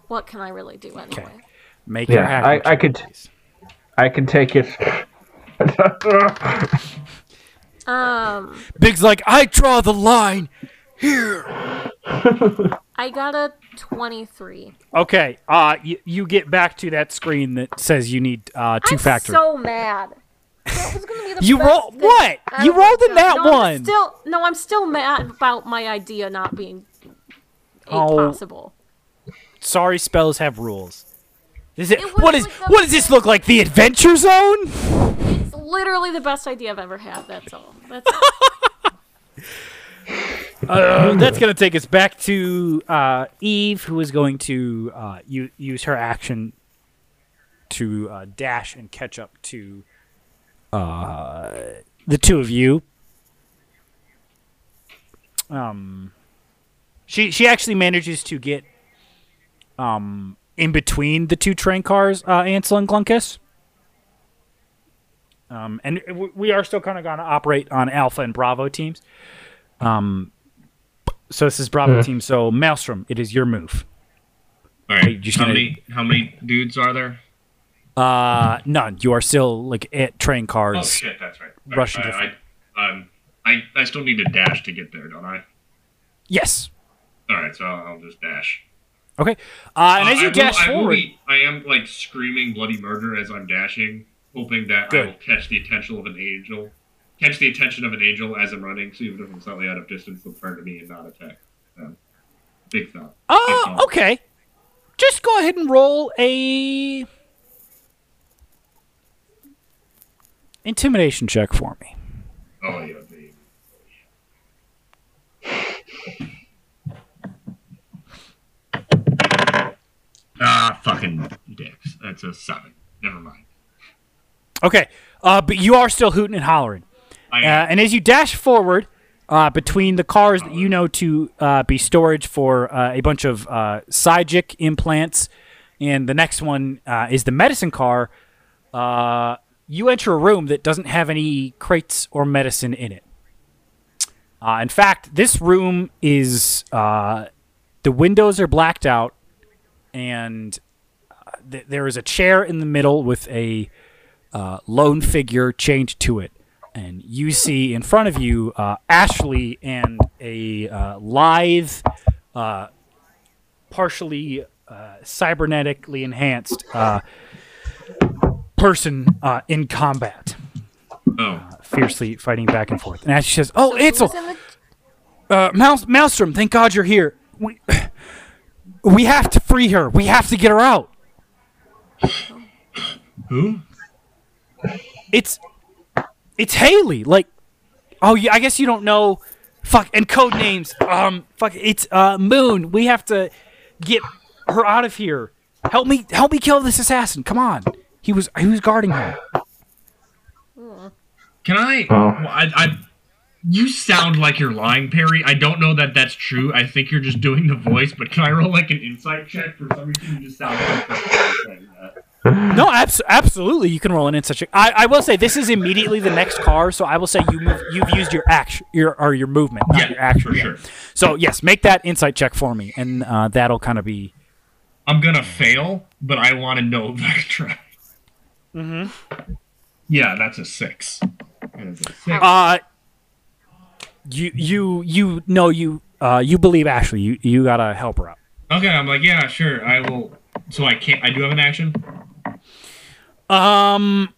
Speaker 4: what can I really do anyway?
Speaker 2: Make
Speaker 3: Yeah,
Speaker 2: your hack.
Speaker 3: I-
Speaker 2: with
Speaker 3: I
Speaker 2: your
Speaker 3: could-
Speaker 2: keys.
Speaker 3: I can take it.
Speaker 4: Um,
Speaker 2: Big's like, I draw the line.
Speaker 4: I got a 23.
Speaker 2: Okay, uh, you, you get back to that screen that says you need uh, two
Speaker 4: I'm
Speaker 2: factor.
Speaker 4: so mad. That was gonna be the
Speaker 2: You
Speaker 4: best
Speaker 2: roll-
Speaker 4: thing
Speaker 2: what?
Speaker 4: I
Speaker 2: You
Speaker 4: ever
Speaker 2: rolled in
Speaker 4: done.
Speaker 2: that
Speaker 4: No, I'm
Speaker 2: one.
Speaker 4: Still, no, I'm still mad about my idea not being
Speaker 2: Oh.
Speaker 4: possible.
Speaker 2: Sorry, spells have rules. Is it,
Speaker 4: It was
Speaker 2: what is
Speaker 4: like the-
Speaker 2: what does this look like? The Adventure Zone?
Speaker 4: It's literally the best idea I've ever had. That's all. That's
Speaker 2: Uh, that's gonna take us back to uh, Eve, who is going to uh, u- use her action to uh, dash and catch up to uh, the two of you. Um, she she actually manages to get um in between the two train cars, uh, Ansel and Glunkus. Um, and w- we are still kind of going to operate on Alpha and Bravo teams. So this is Bravo team. So Maelstrom, it is your move.
Speaker 6: All
Speaker 2: Hey,
Speaker 6: right.
Speaker 2: just
Speaker 6: How
Speaker 2: gonna-
Speaker 6: many how many dudes are there?
Speaker 2: Uh, none. You are still like at train cars.
Speaker 6: Oh shit, that's right. All right,
Speaker 2: Russian
Speaker 6: I, I, um, I I still need to dash to get there, don't I?
Speaker 2: Yes.
Speaker 6: All right, so I'll, I'll just dash.
Speaker 2: Okay. Uh, and
Speaker 6: Uh,
Speaker 2: as
Speaker 6: I
Speaker 2: you
Speaker 6: will-
Speaker 2: dash
Speaker 6: I will
Speaker 2: forward,
Speaker 6: be- I am like screaming bloody murder as I'm dashing, hoping that
Speaker 2: Good.
Speaker 6: I will catch the attention of an angel, catch the attention of an angel as I'm running, so even if I'm slightly out of distance, they'll turn to me and not attack. So, big thought.
Speaker 2: oh, okay. Just go ahead and roll a intimidation check for me.
Speaker 6: Oh yeah, baby. oh, Ah, fucking dicks. That's a seven. Never mind.
Speaker 2: Okay. Uh, but you are still hooting and hollering.
Speaker 6: I
Speaker 2: Uh, and as you dash forward uh, between the cars that you know to uh, be storage for uh, a bunch of uh, Psygic implants, and the next one uh, is the medicine car, uh, you enter a room that doesn't have any crates or medicine in it. Uh, in fact, this room is uh, the windows are blacked out, and uh, th- there is a chair in the middle with a uh, lone figure chained to it. And you see in front of you uh, Ashley and a uh, lithe, uh, partially uh, cybernetically enhanced uh, person uh, in combat,
Speaker 6: oh,
Speaker 2: fiercely fighting back and forth. And Ashley says, Oh, Ansel,
Speaker 4: Who's in the-
Speaker 2: uh, Mael- Maelstrom, thank God you're here. We, we have to free her. We have to get her out.
Speaker 6: who?
Speaker 2: It's it's Haley. Like, oh yeah, I guess you don't know. Fuck and code names. Um, fuck. It's uh Moon. We have to get her out of here. Help me, help me kill this assassin. Come on. He was he was guarding her.
Speaker 6: Can I?
Speaker 3: Oh.
Speaker 6: Well, I, I. You sound like you're lying, Perry. I don't know that that's true. I think you're just doing the voice. But can I roll like an insight check for some reason? You just sound like you're saying that.
Speaker 2: No, abs- absolutely. You can roll an insight check. I, I will say this is immediately the next car, so I will say you move, you've used your action, your or your movement, not your
Speaker 6: Yeah,
Speaker 2: action.
Speaker 6: for
Speaker 2: yet.
Speaker 6: sure.
Speaker 2: So yes, make that insight check for me, and uh, that'll kind of be
Speaker 6: I'm gonna fail, but I want to know that I tried. Mm-hmm.
Speaker 2: Mm-hmm.
Speaker 6: Yeah, that's a six. That is a six.
Speaker 2: Uh, you you you no you uh you believe Ashley. You you gotta help her out.
Speaker 6: Okay, I'm like, yeah, sure, I will. So I can't. I do have an action.
Speaker 2: Um,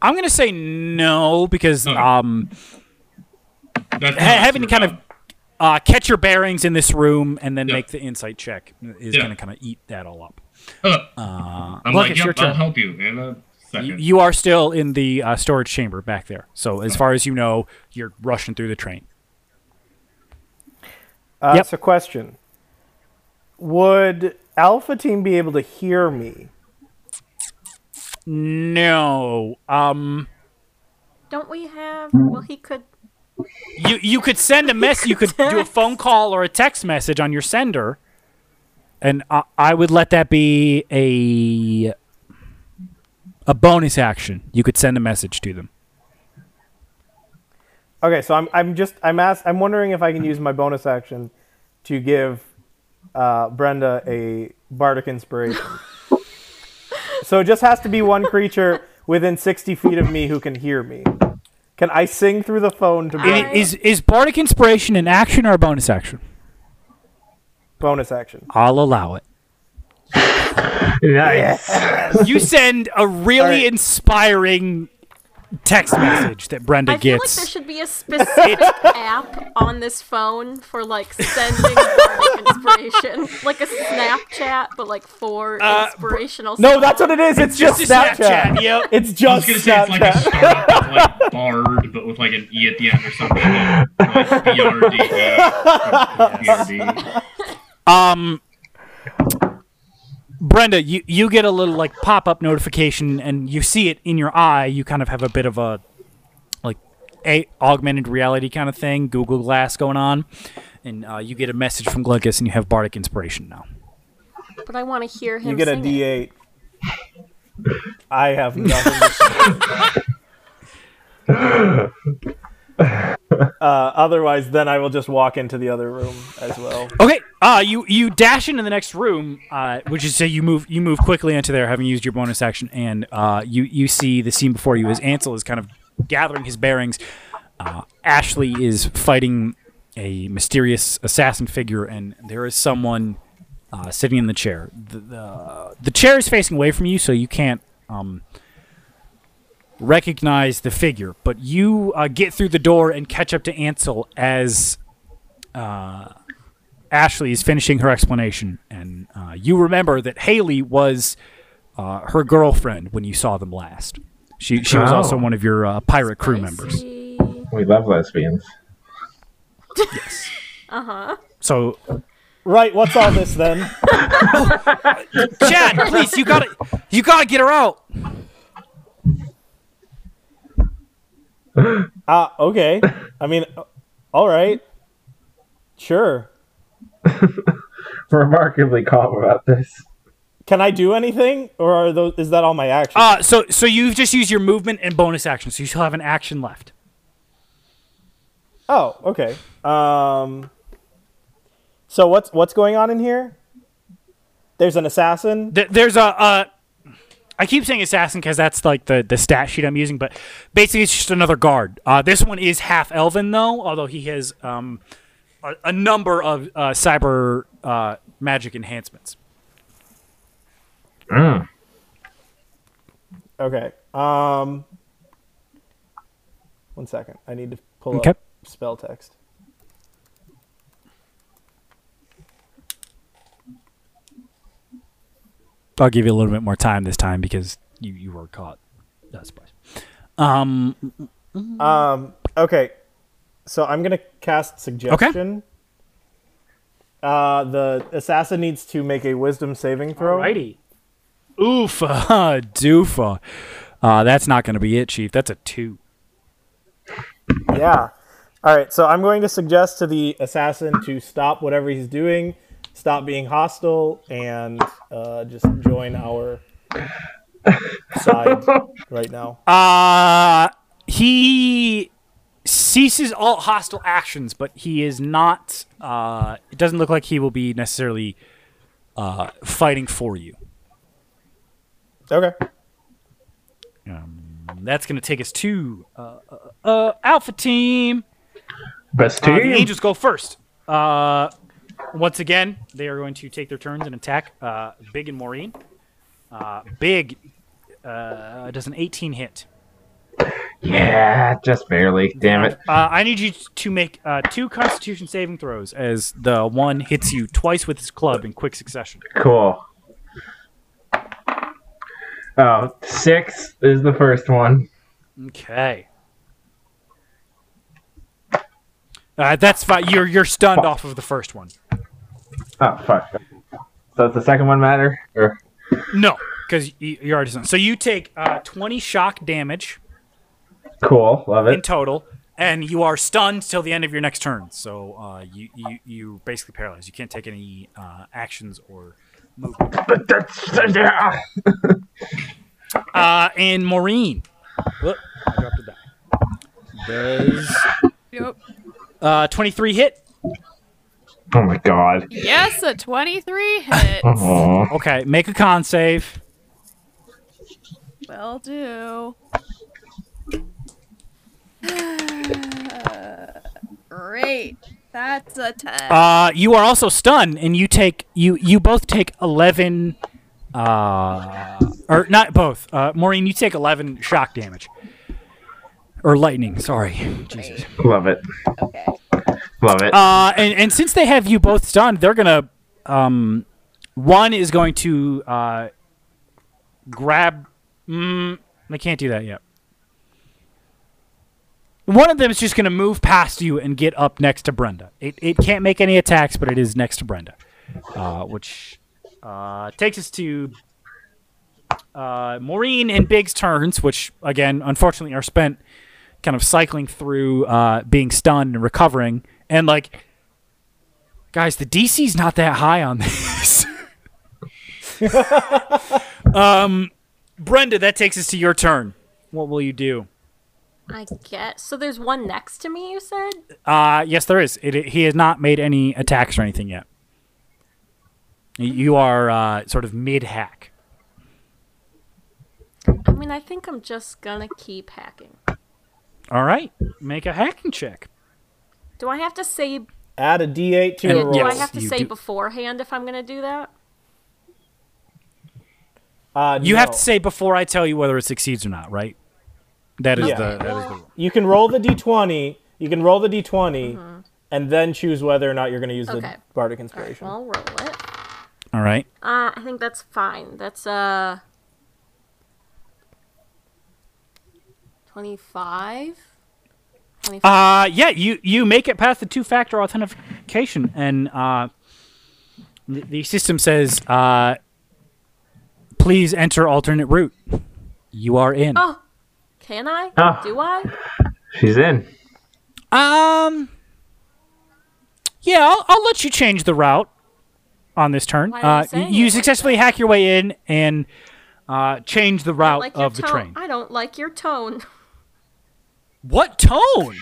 Speaker 2: I'm gonna say no because
Speaker 6: Okay.
Speaker 2: um
Speaker 6: That's
Speaker 2: ha- having to kind of uh, catch your bearings in this room and then
Speaker 6: Yeah.
Speaker 2: make the insight check is
Speaker 6: Yeah.
Speaker 2: gonna kind of eat that all up.
Speaker 6: Uh, I'm
Speaker 2: look,
Speaker 6: like,
Speaker 2: it's your
Speaker 6: yep,
Speaker 2: turn.
Speaker 6: I'll help you in a second.
Speaker 2: You, you are still in the uh, storage chamber back there. So
Speaker 6: Oh.
Speaker 2: as far as you know, you're rushing through the train.
Speaker 5: Uh,
Speaker 2: Yep.
Speaker 5: So, question: Would Alpha Team be able to hear me?
Speaker 2: No, um,
Speaker 4: Don't we have? Well, he could.
Speaker 2: you you could send a message. You could do a phone call or a text message on your sender, and I, I would let that be a a bonus action. You could send a message to them.
Speaker 5: Okay, so I'm I'm just I'm ask, I'm wondering if I can use my bonus action to give uh, Brenda a bardic inspiration. so it just has to be one creature within 60 feet of me who can hear me. Can I sing through the phone to
Speaker 2: I-
Speaker 5: Brenda?
Speaker 2: Is is bardic inspiration an action or a bonus action?
Speaker 5: bonus action?
Speaker 2: I'll allow it.
Speaker 3: Nice.
Speaker 2: You send a really
Speaker 5: right.
Speaker 2: inspiring text message that Brenda
Speaker 4: I feel like there
Speaker 2: gets.
Speaker 4: should be a specific app on this phone for like sending bardic inspiration, like a Snapchat, but like for inspirational.
Speaker 5: Uh, No, that's what it is. It's, just
Speaker 2: a Snapchat,
Speaker 5: Snapchat.
Speaker 2: yep.
Speaker 5: It's
Speaker 6: I was
Speaker 5: just
Speaker 6: gonna say it's
Speaker 5: Snapchat.
Speaker 6: like a startup of like Bard, but with like an E at the end or something. Like BRD. BRD.
Speaker 2: Brenda, you, you get a little like pop up notification and you see it in your eye. You kind of have a bit of a like a augmented reality kind of thing, Google Glass going on, and uh, you get a message from Glunkus and you have bardic inspiration now.
Speaker 4: but I want to hear him.
Speaker 5: you get a
Speaker 4: sing it.
Speaker 5: D8. I have nothing. to say. uh, otherwise, then I will just walk into the other room as well.
Speaker 2: Okay, uh, you you dash into the next room, uh, which is say you move you move quickly into there, having used your bonus action, and uh, you you see the scene before you as Ansel is kind of gathering his bearings. Uh, Ashley is fighting a mysterious assassin figure, and there is someone uh, sitting in the chair. The, the the chair is facing away from you, so you can't um, recognize the figure. But you uh, get through the door and catch up to Ansel as uh, Ashley is finishing her explanation, and uh, you remember that Haley was uh, her girlfriend when you saw them last. She she was
Speaker 3: Oh.
Speaker 2: also one of your uh, pirate crew members.
Speaker 4: See?
Speaker 3: We love lesbians.
Speaker 2: So,
Speaker 5: Right, what's all this then?
Speaker 2: Chad, please, you gotta you gotta get her out.
Speaker 5: Uh, okay. I mean, uh, all right. Sure.
Speaker 3: Remarkably calm about this.
Speaker 5: Can I do anything, or are those? Is that all my actions?
Speaker 2: Uh, so so you've just used your movement and bonus action, so you still have an action left.
Speaker 5: oh, okay. Um. So what's what's going on in here? There's an assassin.
Speaker 2: Th- there's a uh, I keep saying assassin because that's like the the stat sheet I'm using, but basically it's just another guard. Uh, this one is half elven though, although he has um, a, a number of uh, cyber uh, magic enhancements.
Speaker 5: Okay. Um. One second. I need to pull
Speaker 2: Okay.
Speaker 5: up spell text.
Speaker 2: I'll give you a little bit more time this time because you you were caught. That's surprise. Um,
Speaker 5: Um. Okay. So I'm gonna cast suggestion. Uh, the assassin needs to make a wisdom saving throw.
Speaker 2: righty. Oofa, doofa. Uh, that's not going to be it, Chief. That's a two.
Speaker 5: Yeah. All right. So I'm going to suggest to the assassin to stop whatever he's doing, stop being hostile, and uh, just join our side right now.
Speaker 2: Uh, he ceases all hostile actions, but he is not. Uh, it doesn't look like he will be necessarily uh, fighting for you.
Speaker 5: Okay.
Speaker 2: Um, that's going to take us to uh, uh, uh, Alpha Team.
Speaker 3: Best
Speaker 2: Uh,
Speaker 3: team.
Speaker 2: the Angels go first. Uh, once again, they are going to take their turns and attack uh, Big and Maureen. Uh, Big uh, does an 18 hit.
Speaker 3: Yeah, just barely. Damn it.
Speaker 2: Uh, I need you to make uh, two Constitution saving throws as the one hits you twice with his club in quick succession.
Speaker 3: Cool. Oh, six is the first one.
Speaker 2: Okay. Uh, that's fine. You're you're stunned off of the first one.
Speaker 3: Oh, fuck. So does the second one matter? Or
Speaker 2: No, because you're already stunned. So you take uh, 20 shock damage
Speaker 3: cool, love
Speaker 2: in
Speaker 3: it.
Speaker 2: total, and you are stunned till the end of your next turn. So uh, you you you basically paralyzed. You can't take any uh, actions or movement.
Speaker 3: But that's-
Speaker 2: Uh, and Maureen. Whoop, I dropped a die. Does
Speaker 7: Nope.
Speaker 2: Uh, 23 hit.
Speaker 3: Oh my god.
Speaker 7: Yes, a 23 hit.
Speaker 3: Oh.
Speaker 2: Okay, make a con save.
Speaker 7: Will do. Great. That's a 10.
Speaker 2: Uh, you are also stunned, and you take you you both take eleven, uh, or not both. Uh, Maureen, you take eleven shock damage, or lightning. Sorry, Jesus.
Speaker 3: Love it.
Speaker 7: okay.
Speaker 3: Love it.
Speaker 2: Uh, and and since they have you both stunned, they're gonna um, one is going to uh, grab. Mm, they can't do that yet. One of them is just gonna move past you and get up next to Brenda. It it can't make any attacks, but it is next to Brenda, uh, which uh, takes us to. Uh, Maureen and Big's turns, which again, unfortunately, are spent kind of cycling through uh, being stunned and recovering. And like, guys, the DC's not that high on this. um, Brenda, that takes us to your turn. What will you do?
Speaker 4: I guess. So there's one next to me, you said?
Speaker 2: Uh, yes, there is. It, he has not made any attacks or anything yet. Y- You are uh, sort of mid hack.
Speaker 4: I mean, I think I'm just gonna keep hacking.
Speaker 2: All right, make a hacking check.
Speaker 4: Do I have to say
Speaker 5: Add a D8 to your
Speaker 2: And-
Speaker 5: roll.
Speaker 4: do I
Speaker 2: yes.
Speaker 4: have to
Speaker 2: you
Speaker 4: say
Speaker 2: do.
Speaker 4: beforehand if I'm gonna do that?
Speaker 5: Uh,
Speaker 2: You have
Speaker 5: no.
Speaker 2: to say before I tell you whether it succeeds or not, right? That is
Speaker 5: Yeah.
Speaker 2: the that is the rule.
Speaker 5: You can roll the D20. You can roll the D20, and then choose whether or not you're going to use
Speaker 4: Mm-hmm. Okay.
Speaker 5: the bardic
Speaker 4: All right,
Speaker 5: inspiration.
Speaker 4: well, I'll roll it.
Speaker 2: All right.
Speaker 4: Uh, I think that's fine. That's uh, twenty-five.
Speaker 2: Uh, yeah, you, you make it past the two factor authentication, and uh, the, the system says, uh, please enter alternate route. You are in.
Speaker 4: Oh, can I?
Speaker 3: Ah.
Speaker 4: Do I?
Speaker 3: She's in.
Speaker 4: Oh.
Speaker 2: Um, yeah, I'll, I'll let you change the route on this turn.
Speaker 4: Why are
Speaker 2: Uh,
Speaker 4: you saying
Speaker 2: you
Speaker 4: it like
Speaker 2: successfully hack your way in and uh, change the route
Speaker 4: Like your
Speaker 2: of the
Speaker 4: tone.
Speaker 2: train.
Speaker 4: I don't like your tone.
Speaker 2: What tone?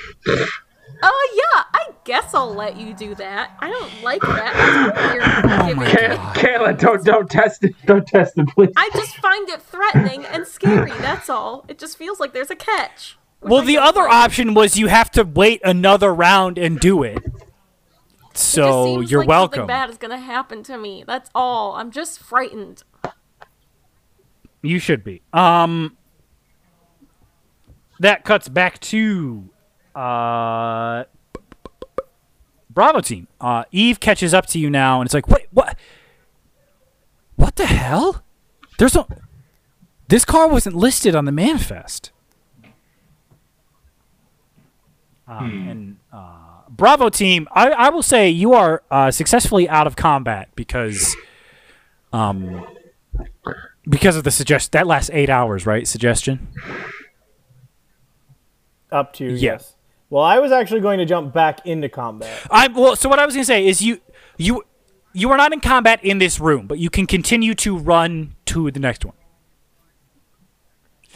Speaker 4: Oh yeah, I guess I'll let you do that. I don't like that. tone
Speaker 2: Oh
Speaker 4: you're giving me.
Speaker 3: Kayla, don't don't test it. Don't test it, please.
Speaker 4: I just find it threatening and scary. That's all. It just feels like there's a catch. which
Speaker 2: Well,
Speaker 4: I
Speaker 2: the
Speaker 4: don't
Speaker 2: other
Speaker 4: like.
Speaker 2: option was you have to wait another round and do it.
Speaker 4: It just
Speaker 2: So
Speaker 4: seems
Speaker 2: you're
Speaker 4: like
Speaker 2: welcome.
Speaker 4: Something bad is gonna happen to me. That's all. I'm just frightened.
Speaker 2: You should be. Um, that cuts back to uh, Bravo team. Uh, Eve catches up to you now, and it's like, wait, what? What the hell? There's no. This car wasn't listed on the manifest. Uh, And uh, Bravo team, I, I will say you are uh, successfully out of combat because because of the suggest that lasts eight hours, right? Suggestion.
Speaker 5: Up to you,
Speaker 2: Yeah.
Speaker 5: yes. Well, I was actually going to jump back into combat.
Speaker 2: I well, so what I was gonna say is you you you are not in combat in this room, but you can continue to run to the next one.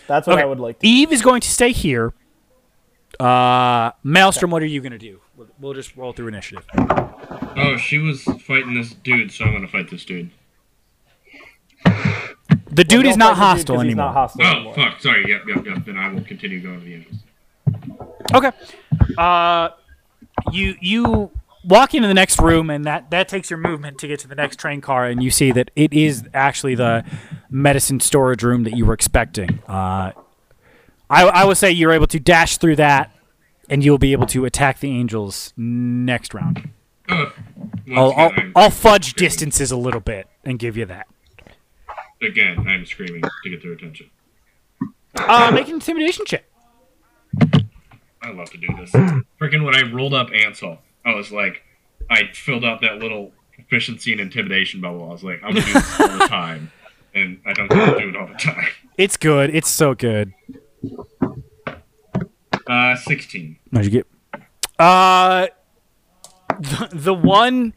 Speaker 5: That's what I would like to
Speaker 2: Eve is going to stay here. Uh, Maelstrom, what are you gonna do? We'll, we'll just roll through initiative.
Speaker 6: Oh, she was fighting this dude, so I'm gonna fight this dude.
Speaker 2: The dude
Speaker 5: Don't
Speaker 2: is not
Speaker 5: fight
Speaker 2: hostile
Speaker 5: the dude 'cause He's
Speaker 2: anymore.
Speaker 5: not hostile
Speaker 6: Oh,
Speaker 5: anymore.
Speaker 6: fuck. Sorry. Yep, yep, yep. Then I will continue going to the end.
Speaker 2: Okay. Uh, you you walk into the next room, and that that takes your movement to get to the next train car, and you see that it is actually the medicine storage room that you were expecting. Uh, I I would say you're able to dash through that, and you'll be able to attack the angels next round.
Speaker 6: Uh, once
Speaker 2: I'll I'll,
Speaker 6: again, I'm,
Speaker 2: I'll fudge distances a little bit and give you that. oh.
Speaker 6: again, I'm screaming to get their attention.
Speaker 2: Uh, make an intimidation check.
Speaker 6: I love to do this. Freaking when I rolled up Ansel, I was like, I filled out that little efficiency and intimidation bubble. I was like, I'm gonna do this all the time, and I don't get to do it all the time.
Speaker 2: It's good. It's so good.
Speaker 6: Uh, 16.
Speaker 2: What'd you get? Uh, the, the one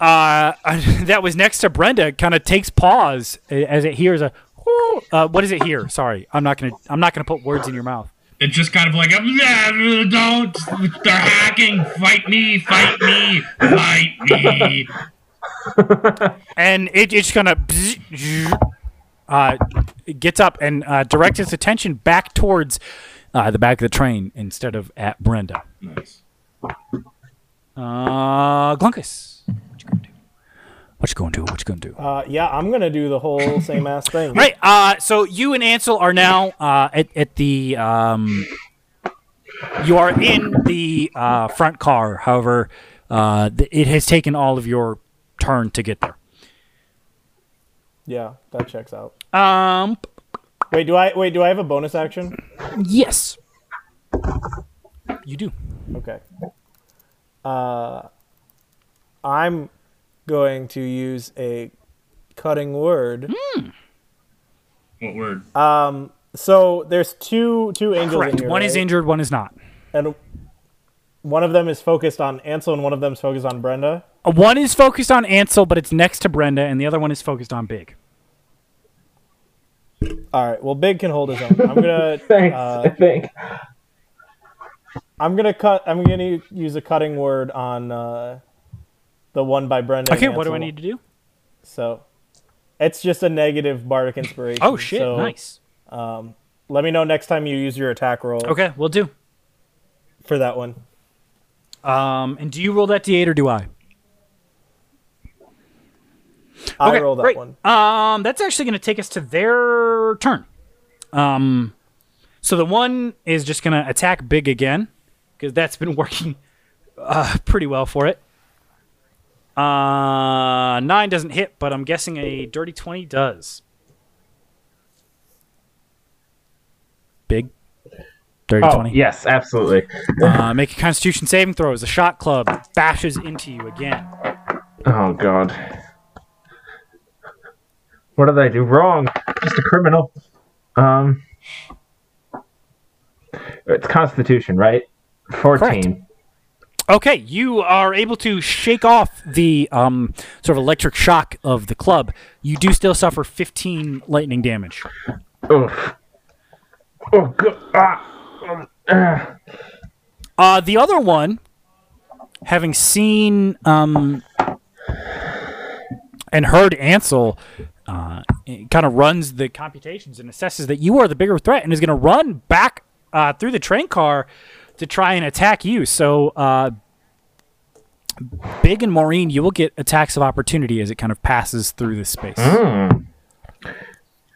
Speaker 2: uh, that was next to Brenda kind of takes pause a- as it hears a. "Whoo." Uh, what is it here? Sorry, I'm not gonna. I'm not gonna put words in your mouth.
Speaker 6: It's just kind of like, "Nah, don't, they're hacking, fight me, fight me, fight me.
Speaker 2: and it, it's gonna uh, gets up and uh, directs its attention back towards uh, the back of the train instead of at Brenda.
Speaker 6: Nice.
Speaker 2: Uh, Glunkus, what you gonna do? What you gonna do? What you gonna do?
Speaker 5: Uh, yeah, I'm gonna do the whole same ass thing.
Speaker 2: right. Uh, so you and Ansel are now uh, at at the um, you are in the uh, front car. However, uh, th- it has taken all of your turn to get there.
Speaker 5: Yeah, that checks out.
Speaker 2: Um.
Speaker 5: Wait, do I wait? Do I have a bonus action?
Speaker 2: Yes. You do.
Speaker 5: Okay. Uh, I'm going to use a cutting word.
Speaker 2: Hmm?
Speaker 6: What word?
Speaker 2: Uh,
Speaker 5: So there's two two angels. In
Speaker 2: Correct.
Speaker 5: here,
Speaker 2: One is
Speaker 5: right?
Speaker 2: injured. One is not.
Speaker 5: and one of them is focused on Ansel, and one of them's focused on Brenda.
Speaker 2: Uh, One is focused on Ansel, but it's next to Brenda, and the other one is focused on Big.
Speaker 5: All right. Well, Big can hold his own. I'm gonna
Speaker 3: Thanks. I
Speaker 5: uh,
Speaker 3: think.
Speaker 5: I'm gonna cut. I'm gonna use a cutting word on uh, the one by Brenda. and
Speaker 2: Okay. What do I
Speaker 5: Ansel.
Speaker 2: need to do?
Speaker 5: So it's just a negative bardic inspiration.
Speaker 2: Oh shit!
Speaker 5: So
Speaker 2: nice.
Speaker 5: Let me know next time you use your attack roll
Speaker 2: Okay, we'll do.
Speaker 5: for that one.
Speaker 2: Um, and do you roll that d8 or do I?
Speaker 5: I
Speaker 2: Okay,
Speaker 5: roll that
Speaker 2: great.
Speaker 5: one.
Speaker 2: Um, that's actually going to take us to their turn. Um, so the one is just going to attack big again because that's been working uh, pretty well for it. Uh, nine doesn't hit, but I'm guessing a dirty twenty does. Big, dirty
Speaker 3: Oh,
Speaker 2: twenty.
Speaker 3: yes, absolutely.
Speaker 2: Uh, make a Constitution saving throw as the shot club bashes into you again.
Speaker 3: Oh god. What did I do wrong? Just a criminal. Um It's constitution, right? 14.
Speaker 2: Okay, you are able to shake off the um, sort of electric shock of the club. You do still suffer 15 lightning damage.
Speaker 3: Oof. Oh god. Ah. Um, ah.
Speaker 2: Uh, the other one, having seen um, and heard Ansel, uh, kind of runs the computations and assesses that you are the bigger threat and is going to run back uh, through the train car to try and attack you. So, uh, Big and Maureen, you will get attacks of opportunity as it kind of passes through this space.
Speaker 3: Mm-hmm.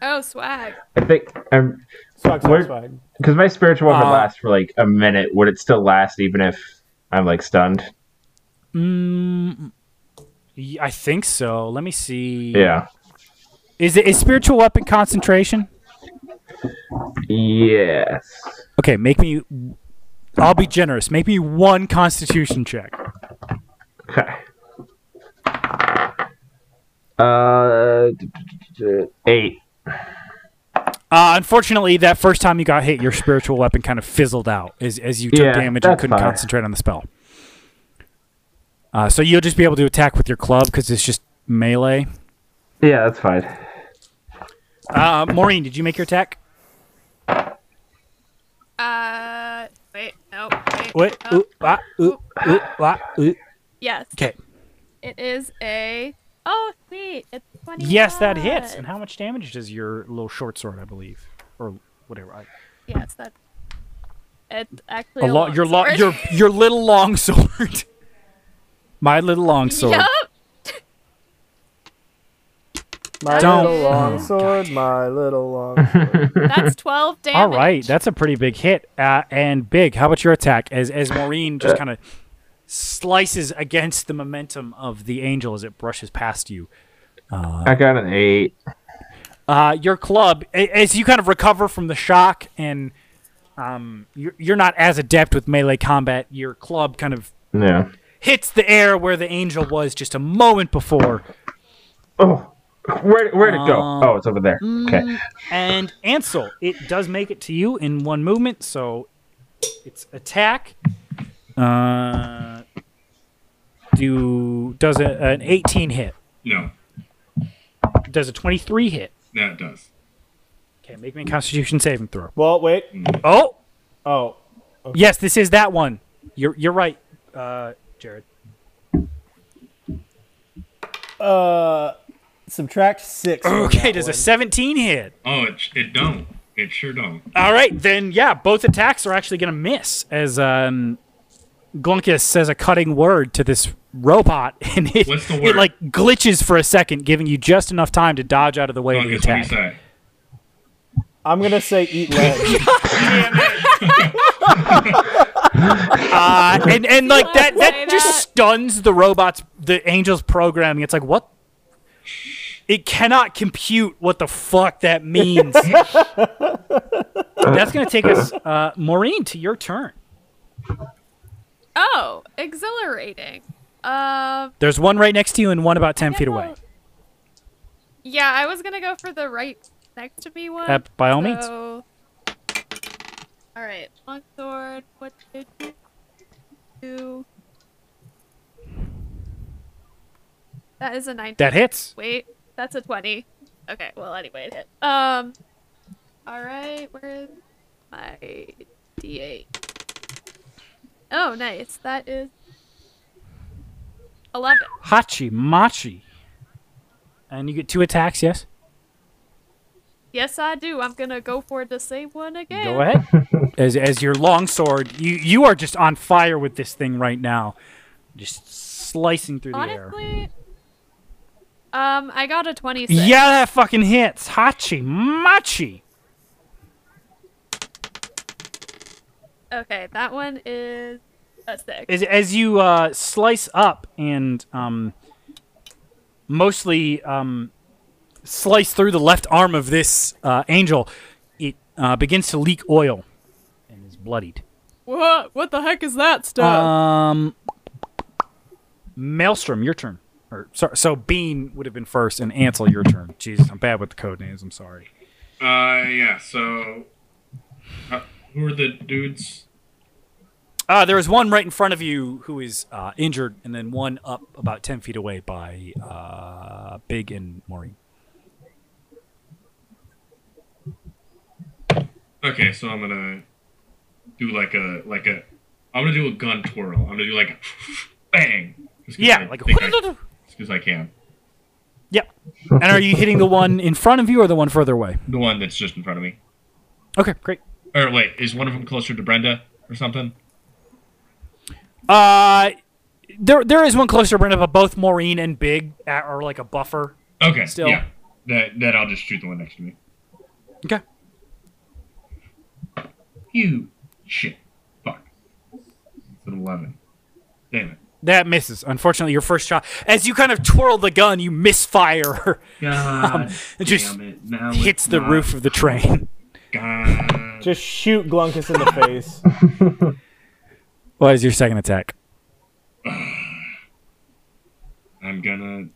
Speaker 7: Oh, swag.
Speaker 3: Hmm. I think I'm
Speaker 5: Swag, swag,
Speaker 3: Where-
Speaker 5: swag.
Speaker 3: cuz my spiritual weapon
Speaker 2: Uh,
Speaker 3: lasts for like a minute. Would it still last even if I'm like stunned?
Speaker 2: Y- I think so. Let me see.
Speaker 3: Yeah.
Speaker 2: Is it is spiritual weapon concentration?
Speaker 3: Yes.
Speaker 2: Okay, make me. I'll be generous. Make me one Constitution check.
Speaker 3: Okay. Uh, d- d- d- d- eight.
Speaker 2: Uh, unfortunately, that first time you got hit, your spiritual weapon kind of fizzled out as, as you took
Speaker 3: Yeah,
Speaker 2: damage and
Speaker 3: that's
Speaker 2: couldn't
Speaker 3: fine.
Speaker 2: concentrate on the spell. Uh, so you'll just be able to attack with your club because it's just melee.
Speaker 3: Yeah, that's fine.
Speaker 2: Uh, Maureen, did you make your attack?
Speaker 7: Uh, wait, no, wait.
Speaker 2: What?
Speaker 7: no.
Speaker 2: ah, Okay.
Speaker 7: Yes, it is a. Oh, sweet, it's twenty.
Speaker 2: Yes, that hits. And how much damage does your little short sword, I believe, or whatever? I,
Speaker 7: Yes, that. It's actually
Speaker 2: a
Speaker 7: a,
Speaker 2: lo-
Speaker 7: long
Speaker 2: your lo-
Speaker 7: sword.
Speaker 2: your your little long sword. My little long sword.
Speaker 7: Yup.
Speaker 5: My
Speaker 2: Don't-
Speaker 5: little
Speaker 2: Oh,
Speaker 5: long sword, my little long. sword.
Speaker 7: That's twelve damage.
Speaker 2: All right, that's a pretty big hit. Uh, and big. How about your attack? As as Maureen just kind of slices against the momentum of the angel as it brushes past you.
Speaker 3: I got an eight.
Speaker 2: Uh, your club, a- as you kind of recover from the shock, and um, you're you're not as adept with melee combat. Your club kind of
Speaker 3: Yeah.
Speaker 2: hits the air where the angel was just a moment before.
Speaker 3: Oh, where where'd it go? oh, it's over there. Okay.
Speaker 2: And Ansel, it does make it to you in one movement, so it's attack. Uh, do does a, an 18 hit?
Speaker 6: No,
Speaker 2: Does a 23 hit?
Speaker 6: that does.
Speaker 2: Okay, make me a Constitution saving throw.
Speaker 5: Well, wait.
Speaker 2: Oh,
Speaker 5: Oh,
Speaker 2: Yes, this is that one. You're you're right, uh, Jared.
Speaker 5: uh, subtract six. from
Speaker 2: Okay,
Speaker 5: that
Speaker 2: does
Speaker 5: one.
Speaker 2: a 17 hit?
Speaker 6: Oh, it, it don't. It sure don't.
Speaker 2: All right, then yeah, both attacks are actually going to miss as um, Glunkus says a cutting word to this robot, and it,
Speaker 6: What's the
Speaker 2: it
Speaker 6: word?
Speaker 2: like glitches for a second, giving you just enough time to dodge out of the way of the
Speaker 6: Fungus, what do you
Speaker 2: attack.
Speaker 6: say?
Speaker 5: I'm gonna say eat legs.
Speaker 2: Uh, and and like that
Speaker 7: Say
Speaker 2: that just
Speaker 7: that.
Speaker 2: stuns the robots, the angel's programming. It's like what? It cannot compute what the fuck that means. That's gonna take us, uh, Maureen, to your turn.
Speaker 7: Oh, exhilarating. Um,
Speaker 2: There's one right next to you and one about ten feet away.
Speaker 7: yeah, I was gonna go for the right next to me one.
Speaker 2: Uh, by all means.
Speaker 7: so- All right, long sword. What did you do? That is a nine.
Speaker 2: That hits.
Speaker 7: Wait, that's a 20. Okay, well, anyway, it hit. Um, alright, where is my d8? Oh, nice. That is 11.
Speaker 2: Hachi Machi. And you get two attacks, yes?
Speaker 7: Yes, I do. I'm gonna go for the same one again.
Speaker 2: Go ahead. as as your longsword, you you are just on fire with this thing right now. Just slicing through the air.
Speaker 7: Honestly, um, I got a 26.
Speaker 2: Yeah, that fucking hits. Hachi Machi.
Speaker 7: Okay, that one is a 6.
Speaker 2: As, as you uh, slice up and um, mostly um, slice through the left arm of this uh, angel, it uh, begins to leak oil and is bloodied.
Speaker 7: What? What the heck is that stuff?
Speaker 2: Um, Maelstrom, your turn. Or sorry, so Bean would have been first, and Ansel, your turn. Jesus, I'm bad with the code names. I'm sorry.
Speaker 6: Uh, yeah, so. Uh, who are the dudes?
Speaker 2: Uh, there is one right in front of you who is uh, injured, and then one up about ten feet away by uh, Big and Maureen.
Speaker 6: Okay, so I'm gonna do like a like a. I'm gonna do a gun twirl. I'm gonna do like a bang. Just 'cause I
Speaker 2: Yeah, like
Speaker 6: think I- just because I can.
Speaker 2: yep. And are you hitting the one in front of you or the one further away?
Speaker 6: The one that's just in front of me.
Speaker 2: Okay, great.
Speaker 6: Or wait, is one of them closer to Brenda or something?
Speaker 2: Uh, there there is one closer, Brenda, but both Maureen and Big are like a buffer.
Speaker 6: Okay,
Speaker 2: Still.
Speaker 6: yeah. That that I'll just shoot the one next to me.
Speaker 2: Okay.
Speaker 6: You shit. Fuck. It's an eleven. Damn it.
Speaker 2: That misses. Unfortunately, your first shot. As you kind of twirl the gun, you misfire.
Speaker 6: God
Speaker 2: it just
Speaker 6: damn it. Now
Speaker 2: Hits
Speaker 6: it's
Speaker 2: the
Speaker 6: not-
Speaker 2: roof of the train.
Speaker 6: God.
Speaker 5: Just shoot Glunkus in the face.
Speaker 2: What is your second attack?
Speaker 6: I'm gonna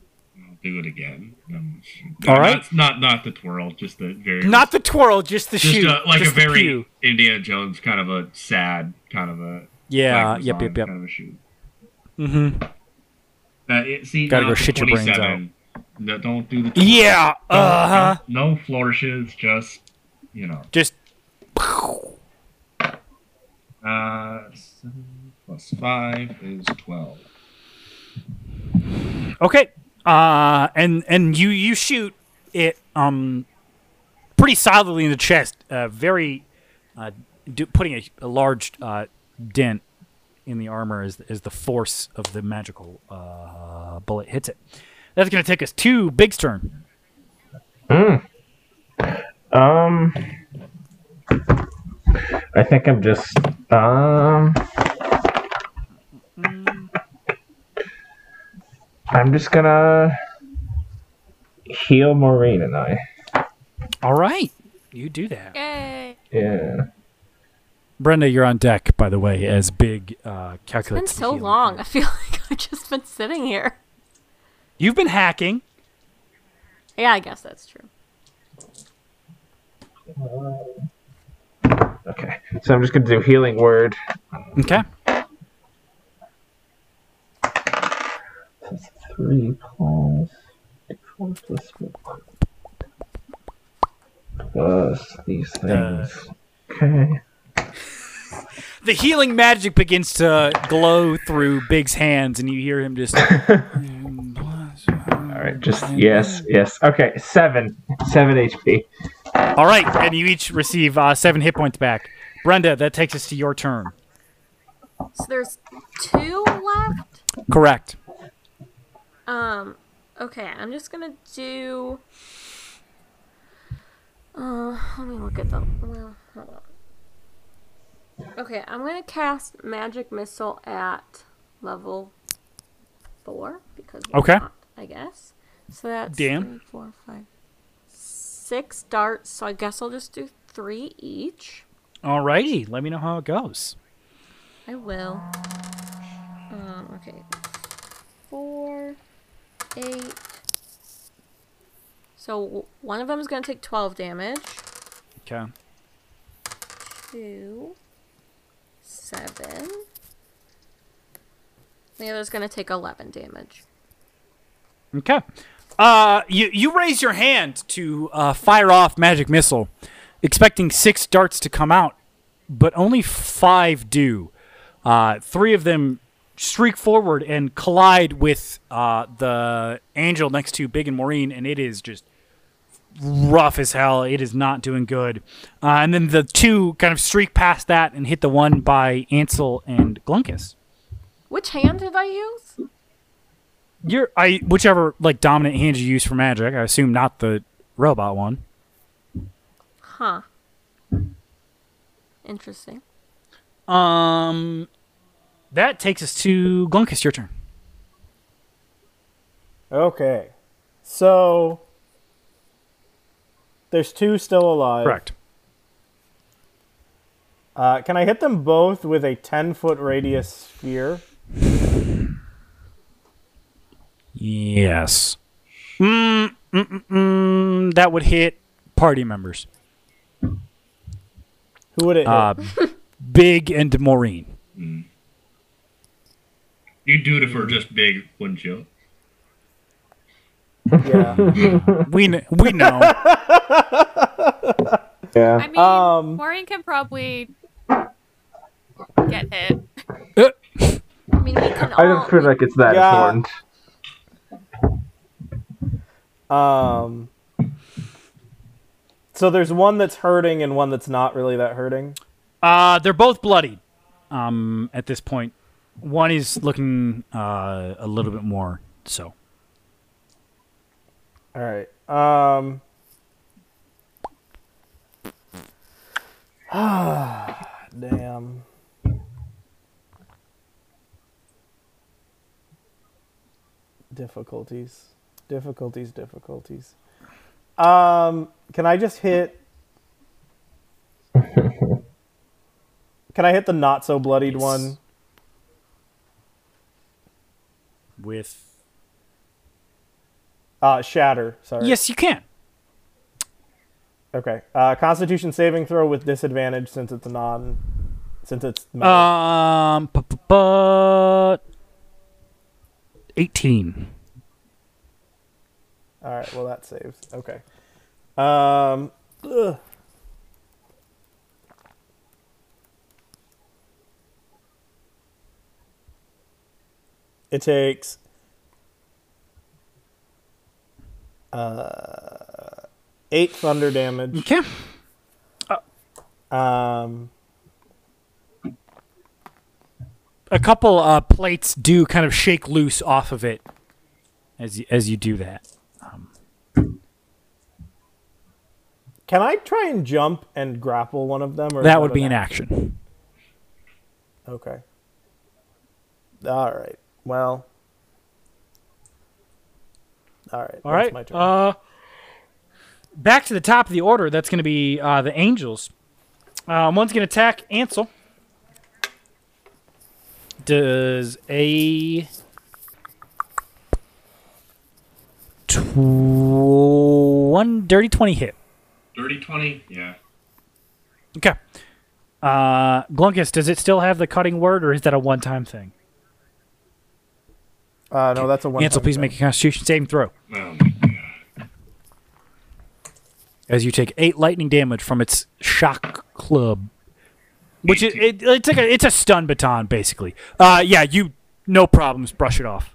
Speaker 6: I'll do it again. Um,
Speaker 2: All right.
Speaker 6: Not, not not the twirl, just the very
Speaker 2: Not the twirl, just the
Speaker 6: just
Speaker 2: shoot.
Speaker 6: a, like
Speaker 2: just
Speaker 6: a
Speaker 2: the
Speaker 6: very
Speaker 2: pew.
Speaker 6: Indiana Jones kind of a sad kind of a
Speaker 2: Yeah.
Speaker 6: Black
Speaker 2: Yep. Yep.
Speaker 6: Amazon
Speaker 2: Yep.
Speaker 6: kind of a shoot.
Speaker 2: Mm-hmm.
Speaker 6: That, it, see,
Speaker 2: Gotta
Speaker 6: now
Speaker 2: go
Speaker 6: it's a
Speaker 2: shit your brains
Speaker 6: 27. No, don't do the
Speaker 2: Yeah. Uh huh.
Speaker 6: No flourishes, just you know.
Speaker 2: Just.
Speaker 6: Uh, seven plus five is twelve.
Speaker 2: Okay. Uh, and and you you shoot it um, pretty solidly in the chest. Uh, very, uh, do, putting a, a large uh, dent in the armor as as the force of the magical uh, bullet hits it. That's gonna take us to Big's turn.
Speaker 3: Um, I think I'm just um. I'm just gonna heal Maureen and I.
Speaker 2: All right, you do that.
Speaker 7: Yay.
Speaker 3: Yeah.
Speaker 2: Brenda, you're on deck, by the way, as Big uh,
Speaker 4: It's been
Speaker 2: calculates. the
Speaker 4: so
Speaker 2: healing.
Speaker 4: long. I feel like I've just been sitting here.
Speaker 2: You've been hacking.
Speaker 4: Yeah, I guess that's true.
Speaker 3: Okay. So I'm just gonna do healing word.
Speaker 2: Okay.
Speaker 3: That's three plus four plus four. Uh, Plus these things. Okay.
Speaker 2: the healing magic begins to glow through Big's hands, and you hear him just.
Speaker 3: All right, just yes, yes. Okay, seven, seven HP.
Speaker 2: All right, and you each receive uh, seven hit points back. Brenda, that takes us to your turn.
Speaker 4: So there's two left.
Speaker 2: Correct.
Speaker 4: Um, okay, I'm just gonna do. Uh, let me look at the. Well, hold on. Okay, I'm gonna cast magic missile at level four because why
Speaker 2: Okay.
Speaker 4: not, I guess. So that's
Speaker 2: Damn.
Speaker 4: three, four, five, six darts. So I guess I'll just do three each.
Speaker 2: All righty, let me know how it goes.
Speaker 4: I will. Um, okay. Four, eight. So w- one of them is going to take 12 damage.
Speaker 2: Okay.
Speaker 4: Two, seven. The other's going to take 11 damage.
Speaker 2: Okay. Uh, you you raise your hand to uh, fire off magic missile, expecting six darts to come out, but only five do. Uh, three of them streak forward and collide with uh, the angel next to Big and Maureen, and it is just rough as hell. It is not doing good. Uh, and then the two kind of streak past that and hit the one by Ansel and Glunkus.
Speaker 4: Which hand did I use?
Speaker 2: Your I whichever like dominant hand you use for magic, I assume not the robot one.
Speaker 4: Huh. Interesting.
Speaker 2: Um that takes us to Glunkus, your turn.
Speaker 5: Okay. So there's two still alive. Uh, can I hit them both with a 10 foot radius sphere?
Speaker 2: Yes. Mm, mm, mm, mm, that would hit party members.
Speaker 5: Who would it hit?
Speaker 2: Uh, Big and Maureen.
Speaker 6: You'd do it if we we're just big, wouldn't you?
Speaker 5: yeah.
Speaker 2: We kn- we know.
Speaker 7: I mean,
Speaker 5: Um,
Speaker 7: Maureen can probably get hit.
Speaker 4: I mean, we can all.
Speaker 3: I don't feel like it's that
Speaker 5: Yeah.
Speaker 3: important.
Speaker 5: um, so there's one that's hurting and one that's not really that hurting.
Speaker 2: Uh, they're both bloodied. Um, at this point, one is looking uh, a little bit more so.
Speaker 5: All right. Um, damn. Difficulties. Difficulties, difficulties. Um, can I just hit. can I hit the not so bloodied
Speaker 2: Yes.
Speaker 5: one?
Speaker 2: With
Speaker 5: Uh, shatter, sorry.
Speaker 2: yes, you can.
Speaker 5: Okay. Uh, Constitution saving throw with disadvantage since it's non. Since it's. metal.
Speaker 2: Um, bu- bu- bu- eighteen. Uh,
Speaker 5: All right. Well, that saves. Okay. Um. ugh. It takes. Uh, eight thunder damage.
Speaker 2: Okay.
Speaker 5: Um,
Speaker 2: A couple uh, plates do kind of shake loose off of it as you, as you do that.
Speaker 5: can I try and jump and grapple one of them? Or is
Speaker 2: That would be an
Speaker 5: act?
Speaker 2: action.
Speaker 5: Okay. All right. Well. All right.
Speaker 2: All
Speaker 5: that's
Speaker 2: right.
Speaker 5: My turn.
Speaker 2: Uh, back to the top of the order. That's going to be uh, the angels. Um, one's going to attack Ansel. Does a tw- one dirty twenty hit?
Speaker 6: Dirty 20? Yeah.
Speaker 2: Okay. Uh, Glunkus, does it still have the cutting word, or is that a one-time thing?
Speaker 5: Uh, no, that's a one.
Speaker 2: Ansel, please make a Constitution saving throw
Speaker 6: Oh, my God.
Speaker 2: as you take eight lightning damage from its shock club. which it, it, it's like a, it's a stun baton basically. Uh, yeah, you no problems. Brush it off.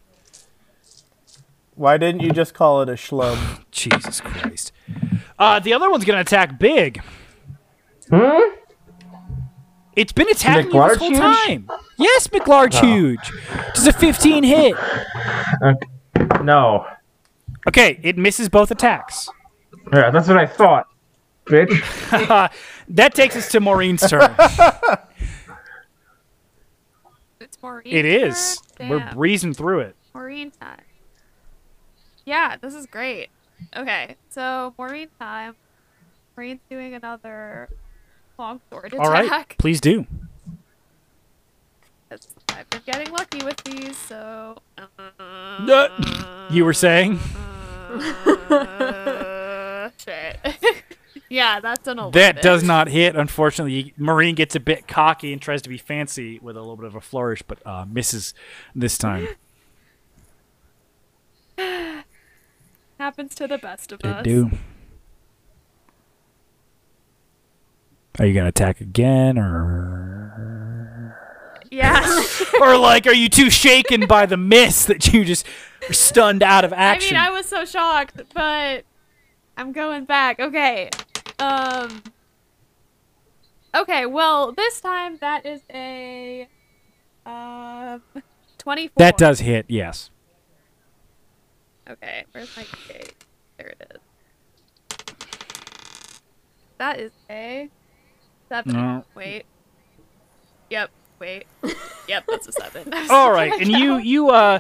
Speaker 5: Why didn't you just call it a schlub?
Speaker 2: Jesus Christ. Uh, the other one's gonna attack big. It's been attacking you this
Speaker 3: Hmm? McLarge
Speaker 2: whole
Speaker 3: huge? Oh.
Speaker 2: time. Yes, McLarge huge. Does a 15 hit?
Speaker 3: No.
Speaker 2: Okay, it misses both attacks.
Speaker 3: Yeah, that's what I thought. Bitch.
Speaker 2: Uh, That takes us to Maureen's turn.
Speaker 7: It's Maureen.
Speaker 2: it is.
Speaker 7: time?
Speaker 2: We're
Speaker 7: Damn,
Speaker 2: breezing through it.
Speaker 7: Maureen time. Yeah, this is great. Okay, so Maureen time. Maureen's doing another long sword attack.
Speaker 2: All right, please do.
Speaker 7: 'cause I've been getting lucky with these, so. Uh,
Speaker 2: You were saying
Speaker 7: uh, shit. yeah, that's an old.
Speaker 2: that does not hit. Unfortunately, Maureen gets a bit cocky and tries to be fancy with a little bit of a flourish, but uh, misses this time.
Speaker 7: happens to the best of
Speaker 2: They
Speaker 7: us.
Speaker 2: do. Are you gonna attack again, or
Speaker 7: Yeah.
Speaker 2: or like, are you too shaken by the miss that you just were stunned out of
Speaker 7: I mean,
Speaker 2: action?
Speaker 7: I was so shocked, but I'm going back. Okay. Um. Okay. Well, this time that is a um twenty-four.
Speaker 2: that does hit, yes.
Speaker 7: Okay. Where's my gate? There it is. That is a seven.
Speaker 2: No.
Speaker 7: Wait. Yep. Wait. Yep. That's a seven.
Speaker 2: All right, and you you uh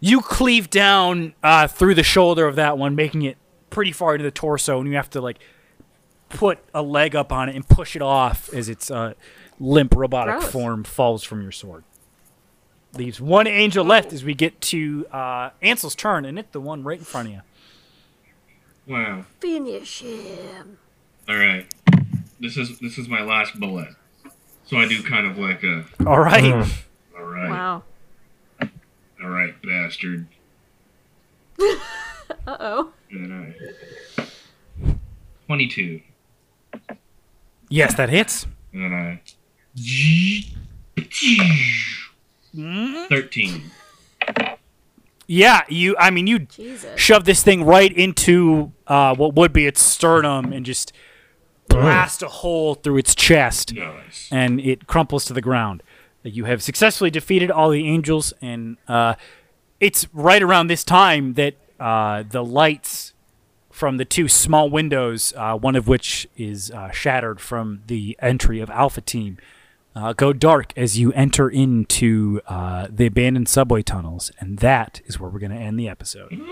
Speaker 2: you cleave down uh through the shoulder of that one, making it pretty far into the torso, and you have to like put a leg up on it and push it off as its uh, limp robotic
Speaker 4: Gross.
Speaker 2: form falls from your sword. Leaves one angel left as we get to uh, Ansel's turn, and it's the one right in front of you.
Speaker 6: Wow.
Speaker 4: Finish him.
Speaker 6: All right. This is this is my last bullet. So I do kind of like a
Speaker 2: All right,
Speaker 6: all right,
Speaker 4: Wow.
Speaker 6: all right, bastard.
Speaker 4: Uh oh.
Speaker 6: And then I twenty-two.
Speaker 2: yes, that hits.
Speaker 6: And then I thirteen.
Speaker 2: Yeah, you. I mean, you
Speaker 4: Jesus.
Speaker 2: shove this thing right into uh, what would be its sternum and just blast a hole through its chest,
Speaker 6: Nice.
Speaker 2: and it crumples to the ground. You have successfully defeated all the angels, and uh, it's right around this time that uh, the lights from the two small windows, uh, one of which is uh, shattered from the entry of Alpha Team, uh, go dark as you enter into uh, the abandoned subway tunnels, and that is where we're going to end the episode.